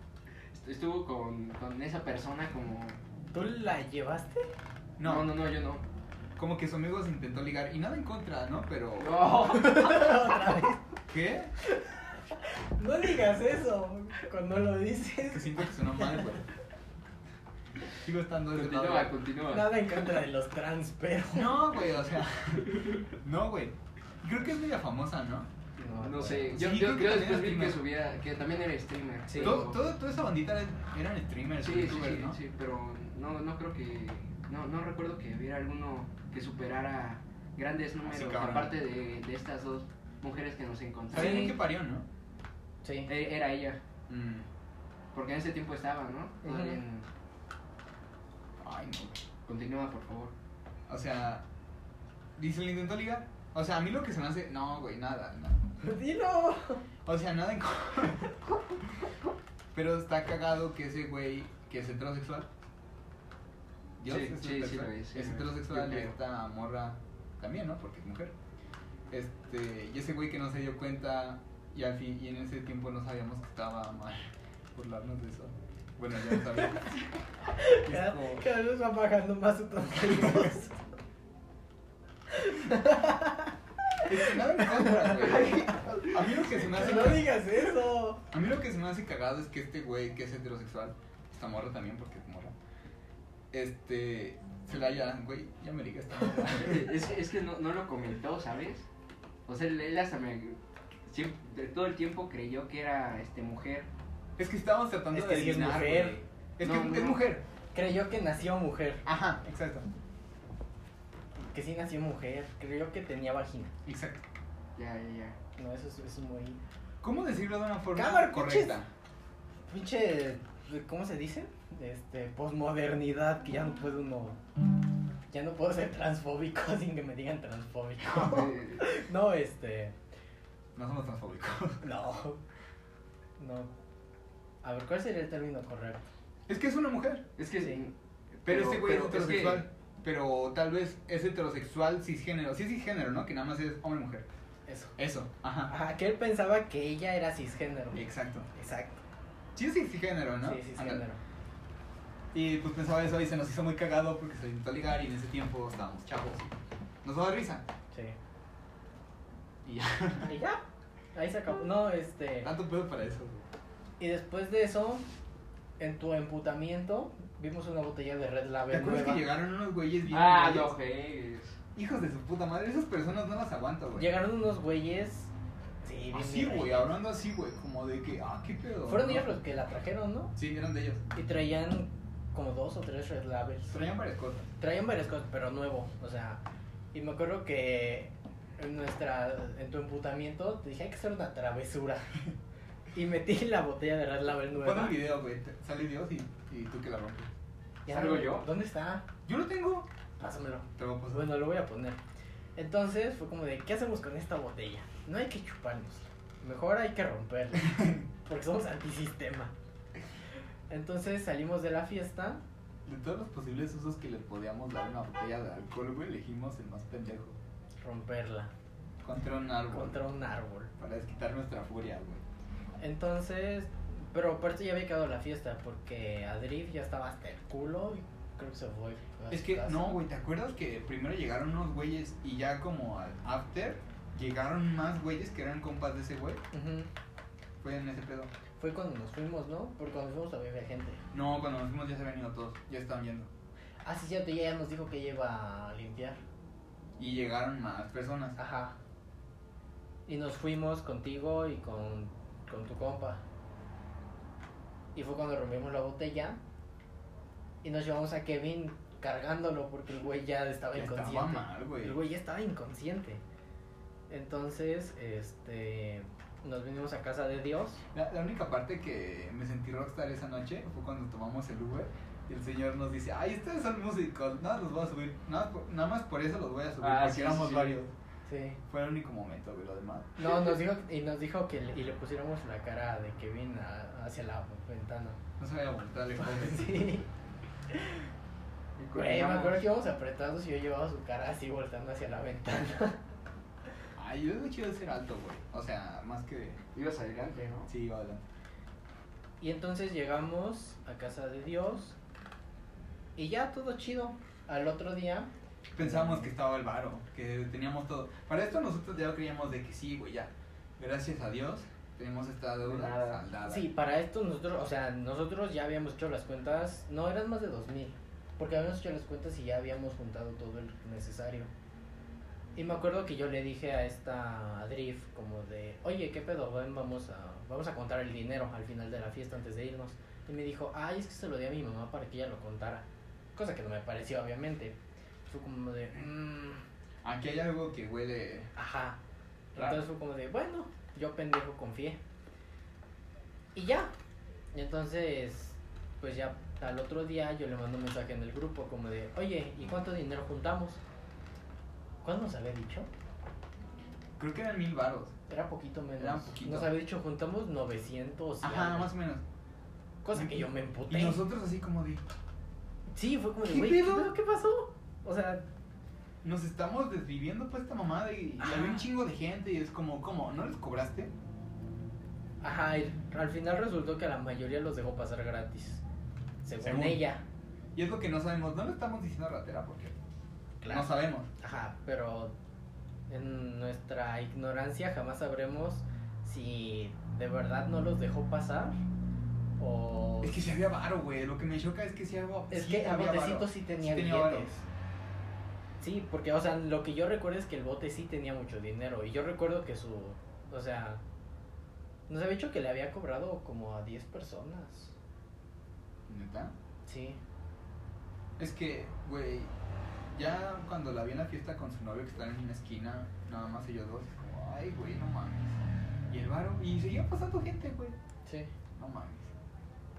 Estuvo con, con esa persona como... ¿Tú la llevaste? No, No, no, no, yo no. como que su amigo se intentó ligar y nada en contra, ¿no? Pero. No, Otra vez. ¿Qué? No digas eso cuando lo Que dices. siento que sonó mal, güey. Sigo estando de este continúa, continúa. Nada en contra de los trans, pero. No, güey, o sea. No, güey. Creo que es media famosa, ¿no? No sé, Sí, yo, yo, creo que yo también era después vi que streamer. subía, que también era streamer. Sí. pero- Todo, todo- toda esa bandita era- eran streamers, Sí, sí, sí, youtubers, ¿no? sí, pero no, no creo que... No, no recuerdo que hubiera alguno que superara grandes números, Ah, cabrón. aparte de, de estas dos mujeres que nos encontramos. Sabían que parió, ¿no? Sí. E- Era ella, Mm. porque en ese tiempo estaba, ¿no? Todavía Ujú. en- Ay, no, güey. Continúa, por favor. O sea. Dice, le intentó ligar. O sea, a mí lo que se me hace. No, güey, nada, nada. Dilo. O sea, nada en co- Pero está cagado que ese güey que es heterosexual. Dios Sí, es sí, sí lo heterosexual. es, sí es lo es, heterosexual yo y creo. esta morra también, ¿no? Porque es mujer. Este, y ese güey que no se dio cuenta y al fin y en ese tiempo no sabíamos que estaba mal burlarnos de eso. Bueno, ya lo sabíamos. Y es Cada, como- cada vez va bajando más su tonterías. es que nada en contra, güey. A mí lo que se me hace No digas eso. A mí lo que se me hace cagado es que este güey que es heterosexual, esta morra también porque es morra, este, se la haya, güey, ya me liga esta morra. Es, es que no, no lo comentó, ¿sabes? O sea, él, él hasta me... siem- de todo el tiempo creyó que era este mujer. es que estábamos tratando Es de que sí es adivinar, mujer. güey. Es No, que es no. mujer. Creyó que nació mujer. Ajá, exacto. Que sí nació mujer. Creyó que tenía vagina. Exacto. Ya, ya, ya. No, eso es, eso es muy. ¿Cómo decirlo de una forma Cámara, correcta? Pinche. ¿Cómo se dice? Este. Posmodernidad. Que ya no puedo uno. Ya no puedo ser transfóbico sin que me digan transfóbico. Eh, No, este. No somos transfóbicos. No. No. A ver, ¿cuál sería el término correcto? Es que es una mujer. Es que... Sí. Pero, ese güey es pero que- heterosexual. Pero tal vez es heterosexual cisgénero. Sí es cisgénero, ¿no? Que nada más es hombre-mujer. Eso. Eso. Ajá. Ajá, que él pensaba que ella era cisgénero. Exacto. Exacto. Sí es cisgénero, ¿no? Ah. Sí, Ándale. cisgénero. Y pues pensaba eso y se nos hizo muy cagado porque se intentó ligar y en ese tiempo estábamos chavos. Nos daba risa. Sí. Y ya. Y ya. Ahí se acabó. No, este. Tanto pedo para eso. güey. Y después de eso, en tu emputamiento, vimos una botella de Red ¿Te Label acuerdas nueva. que llegaron unos güeyes bien Ah, güeyes? no, juegues. Hijos de su puta madre, esas personas no las aguanto, güey. Llegaron unos güeyes. Sí, bien Así, bien güey, ricos. hablando así, güey, como de que, ah, qué pedo. Fueron ¿no? ellos los que la trajeron, ¿no? Sí, eran de ellos. Y traían como dos o tres Red Labels. Traían varias cosas. Traían varias cosas, pero nuevo, o sea, y me acuerdo que en nuestra, en tu emputamiento te dije hay que hacer una travesura y metí la botella de Red Label Pon nueva. un video, güey, te- sale Dios y, y tú que la rompes. Ya, ¿Salgo yo? ¿Dónde está? Yo lo tengo. Pásamelo. Te lo voy a pasar. Pues Bueno, lo voy a poner. Entonces fue como de ¿qué hacemos con esta botella? No hay que chuparnos, mejor hay que romperla porque somos antisistema. Entonces salimos de la fiesta De todos los posibles usos que le podíamos dar a una botella de alcohol, güey, elegimos el más pendejo. romperla Contra un árbol. contra un árbol. Para desquitar nuestra furia, güey. Entonces, pero aparte ya había quedado la fiesta porque Adrift ya estaba hasta el culo y creo que se fue. a Es su que, casa. no, güey, ¿te acuerdas que primero llegaron unos güeyes y ya como al after llegaron más güeyes que eran compas de ese güey? Ujú. Fue en ese pedo. Fue cuando nos fuimos, ¿no? Porque cuando fuimos todavía había gente. No, cuando nos fuimos ya se habían ido todos, ya estaban yendo. Ah, sí, cierto, ella ya nos dijo que ella iba a limpiar. Y llegaron más personas. Ah, Ajá. Y nos fuimos contigo y con, con tu compa. Y fue cuando rompimos la botella y nos llevamos a Kevin cargándolo porque el güey ya estaba Ya inconsciente. estaba mal, güey. El güey ya estaba inconsciente. Entonces, este, nos vinimos a casa de Dios. La, la única parte que me sentí rockstar esa noche fue cuando tomamos el Uber y el señor nos dice, ay, ustedes son músicos, nada, los voy a subir. Nada, más por- nada más por eso los voy a subir, Ah, porque sí, éramos sí. varios. Sí. Fue el único momento, güey, lo demás. No, nos dijo y nos dijo que le, y le pusiéramos la cara de Kevin a- hacia la ventana. No se vaya a voltar, le joven. Sí. Y Güey, me corríamos. acuerdo que íbamos apretados y yo llevaba su cara así voltando hacia la ventana. Ay, yo es chido ser alto, güey. O sea, más que. Ibas adelante, ¿no? Sí, iba adelante. Y entonces llegamos a casa de Dios y ya todo chido. Al otro día, Pensábamos que estaba el varo, que teníamos todo. Para esto nosotros ya creíamos de que sí, güey, ya. Gracias a Dios tenemos esta deuda Nada. saldada. sí, para esto nosotros, o sea, nosotros ya habíamos hecho las cuentas, no eran más de dos mil, porque habíamos hecho las cuentas y ya habíamos juntado todo el necesario. Y me acuerdo que yo le dije a esta a Drift como de, oye, ¿qué pedo? Ven, vamos a, vamos a contar el dinero al final de la fiesta antes de irnos. Y me dijo, ay, es que se lo di a mi mamá para que ella lo contara. Cosa que no me pareció, obviamente. Fue como de, mmm, Aquí hay algo que huele. Ajá. Raro. Entonces fue como de, bueno, yo pendejo confié. Y ya. Y entonces, pues ya al otro día yo le mando un mensaje en el grupo como de, oye, ¿y cuánto dinero juntamos? ¿Cuándo nos había dicho? Creo que eran mil varos. Era poquito menos. Era poquito. Nos había dicho, juntamos 900 y Ajá, algo". más o menos. Cosa que yo me emputé. Y nosotros así como de. Sí, fue como de, ¿Qué güey, ¿qué, pedo? pedo? ¿qué pasó? O sea, Nos estamos desviviendo por esta mamada y, y Ajá. había un chingo de gente y es como, ¿cómo? ¿No les cobraste? ajá, y al final resultó que a la mayoría los dejó pasar gratis. Según, Según. ella. Y es lo que no sabemos. No le estamos diciendo ratera porque no sabemos. Ajá, pero en nuestra ignorancia jamás sabremos si de verdad no los dejó pasar o... Es que si había varo, güey. Lo que me choca es que si había. Es sí que el había varo. botecito sí tenía Sí tenía billetes. varo. Sí, porque, o sea, lo que yo recuerdo es que el bote sí tenía mucho dinero. Y yo recuerdo que su... O sea... Nos había dicho que le había cobrado como a 10 personas. ¿Neta? Sí. Es que, güey, ya cuando la vi en la fiesta con su novio que están en una esquina, nada más ellos dos, es como, ay, güey, no mames. Y el varo, y seguía pasando gente, güey. Sí. No mames.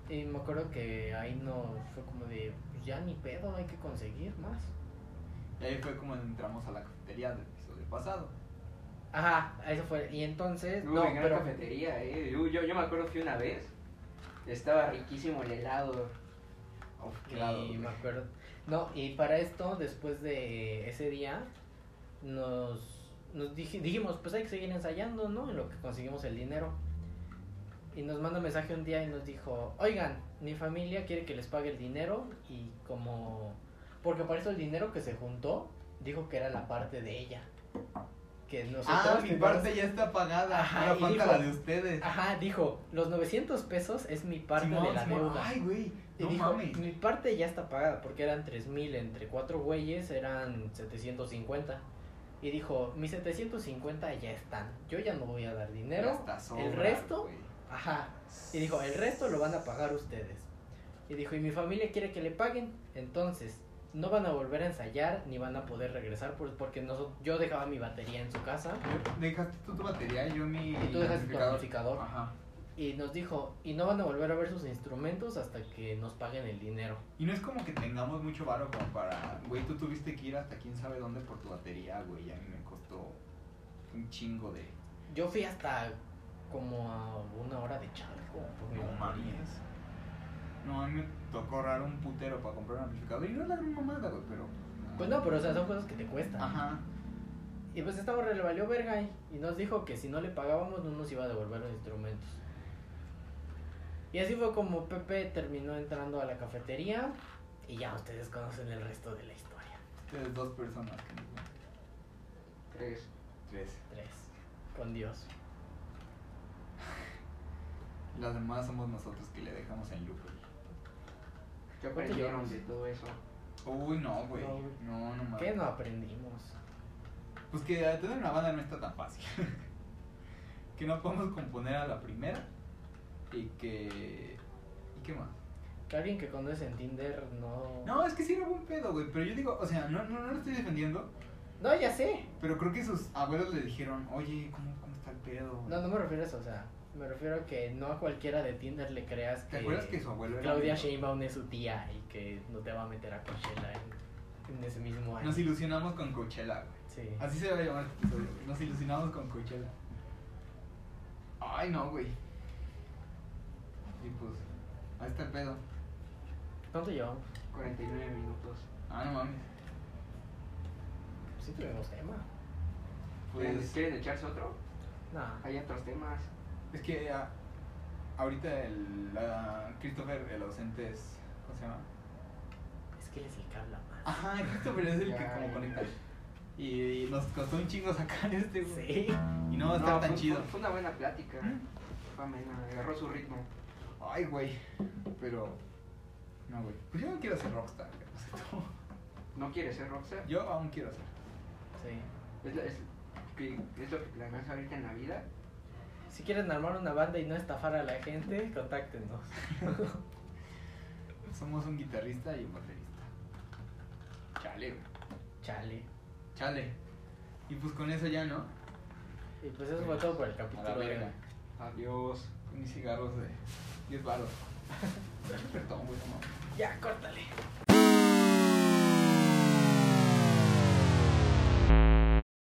Y me acuerdo que ahí no... Fue como de... pues ya ni pedo, hay que conseguir más. Y ahí fue como entramos a la cafetería del episodio pasado. Ajá, eso fue. Y entonces. Uy, no, gran pero. cafetería, eh. Yo, yo, yo me acuerdo que una vez estaba riquísimo el helado. Uf, y qué lado. me acuerdo. No, y para esto, después de ese día, nos, nos dij- dijimos, pues hay que seguir ensayando, ¿no? En lo que conseguimos el dinero. Y nos manda un mensaje un día y nos dijo, oigan, mi familia quiere que les pague el dinero y como... Porque para eso el dinero que se juntó, dijo que era la parte de ella. Que nosotros... Ah, mi teníamos- parte ya está pagada. Ajá, Ahora y falta dijo- la de ustedes. Ajá, dijo, los 900 pesos es mi parte Simón, de la Simón, deuda. Ay, güey, Y no dijo, mames. mi parte ya está pagada, porque eran 3.000 entre cuatro güeyes, eran 750. Y dijo, mis 750 ya están, yo ya no voy a dar dinero. Ya está sobra, el resto, güey. Ajá. Y dijo, el resto lo van a pagar ustedes. Y dijo, y mi familia quiere que le paguen, entonces no van a volver a ensayar ni van a poder regresar por- porque noso- yo dejaba mi batería en su casa Dejaste tú tu batería y yo mi. y tú dejaste tu amplificador. amplificador. Ajá. Y nos dijo, y no van a volver a ver sus instrumentos hasta que nos paguen el dinero. Y no es como que tengamos mucho varo como para, güey, tú tuviste que ir hasta quién sabe dónde por tu batería, güey, y a mí me costó un chingo de... Yo fui hasta como a una hora de charco. por mi No batería. mames. No, a mí me tocó ahorrar un putero para comprar un amplificador y no es la gran mamada, güey, pero... Pues no, pero o sea, son cosas que te cuestan. Ajá. Y pues esta morra le valió verga y, y nos dijo que si no le pagábamos no nos iba a devolver los instrumentos. Y así fue como Pepe terminó entrando a la cafetería y ya ustedes conocen el resto de la historia. Ustedes dos personas que nos ven. Tres. Tres. Tres. Con Dios. Las demás somos nosotros que le dejamos en lucro. ¿Qué ¿Cuánto aprendieron llevamos? de todo eso? Uy, no, güey. No, güey. No, no mames. ¿Qué no aprendimos? Pues que tener una banda no está tan fácil. que no podemos componer a la primera. Y que. ¿Y qué más? Que alguien que conoces en Tinder no... No, es que sí era buen pedo, güey. Pero yo digo, o sea, no, no, no lo estoy defendiendo. No, ya sé. Pero creo que sus abuelos le dijeron, oye, ¿cómo, cómo está el pedo? güey?" No, no me refiero a eso, o sea, me refiero a que no a cualquiera de Tinder le creas que... ¿Te acuerdas que su abuelo eh, era. Claudia medio- Sheinbaum es su tía y que no te va a meter a Coachella en, en ese mismo año. Nos ilusionamos con Coachella, güey. Sí. Así se va a llamar este episodio, güey. Nos ilusionamos con Coachella. Ay, no, güey. Y pues, ahí está el pedo. ¿Cuánto llevamos? 49 minutos. Ah, no mames. Sí tuvimos tema. ¿Quieren- Pues ¿Quieren echarse otro? No. Hay otros temas. es que ah, ahorita el la- Christopher, el ausente es. ¿Cómo se llama? Es que él es el que habla más. Ajá, Christopher es el que Ya, como ya. conecta. Y, y nos costó un chingo sacar este, güey. Sí. Y no va a estar No, tan fue- chido. Fue, fue una buena plática. ¿Eh? Mm. Fue amena, agarró su ritmo. Ay, güey. Pero. No, güey. Pues yo no quiero ser rockstar, güey. O sea, tú- ¿No quieres ser rockstar? Yo aún quiero ser. Sí. ¿Es, la- es, que- es lo que planeas ahorita en la vida? Si quieren armar una banda y no estafar a la gente, contáctenos. Somos un guitarrista y un baterista. Chale, güey. Chale. Chale. Y pues con eso ya, ¿no? Y pues eso fue todo por el A la capítulo de verga. hoy. Adiós. Con mis cigarros de 10 baros. Perdón, güey, no mames. Ya, córtale.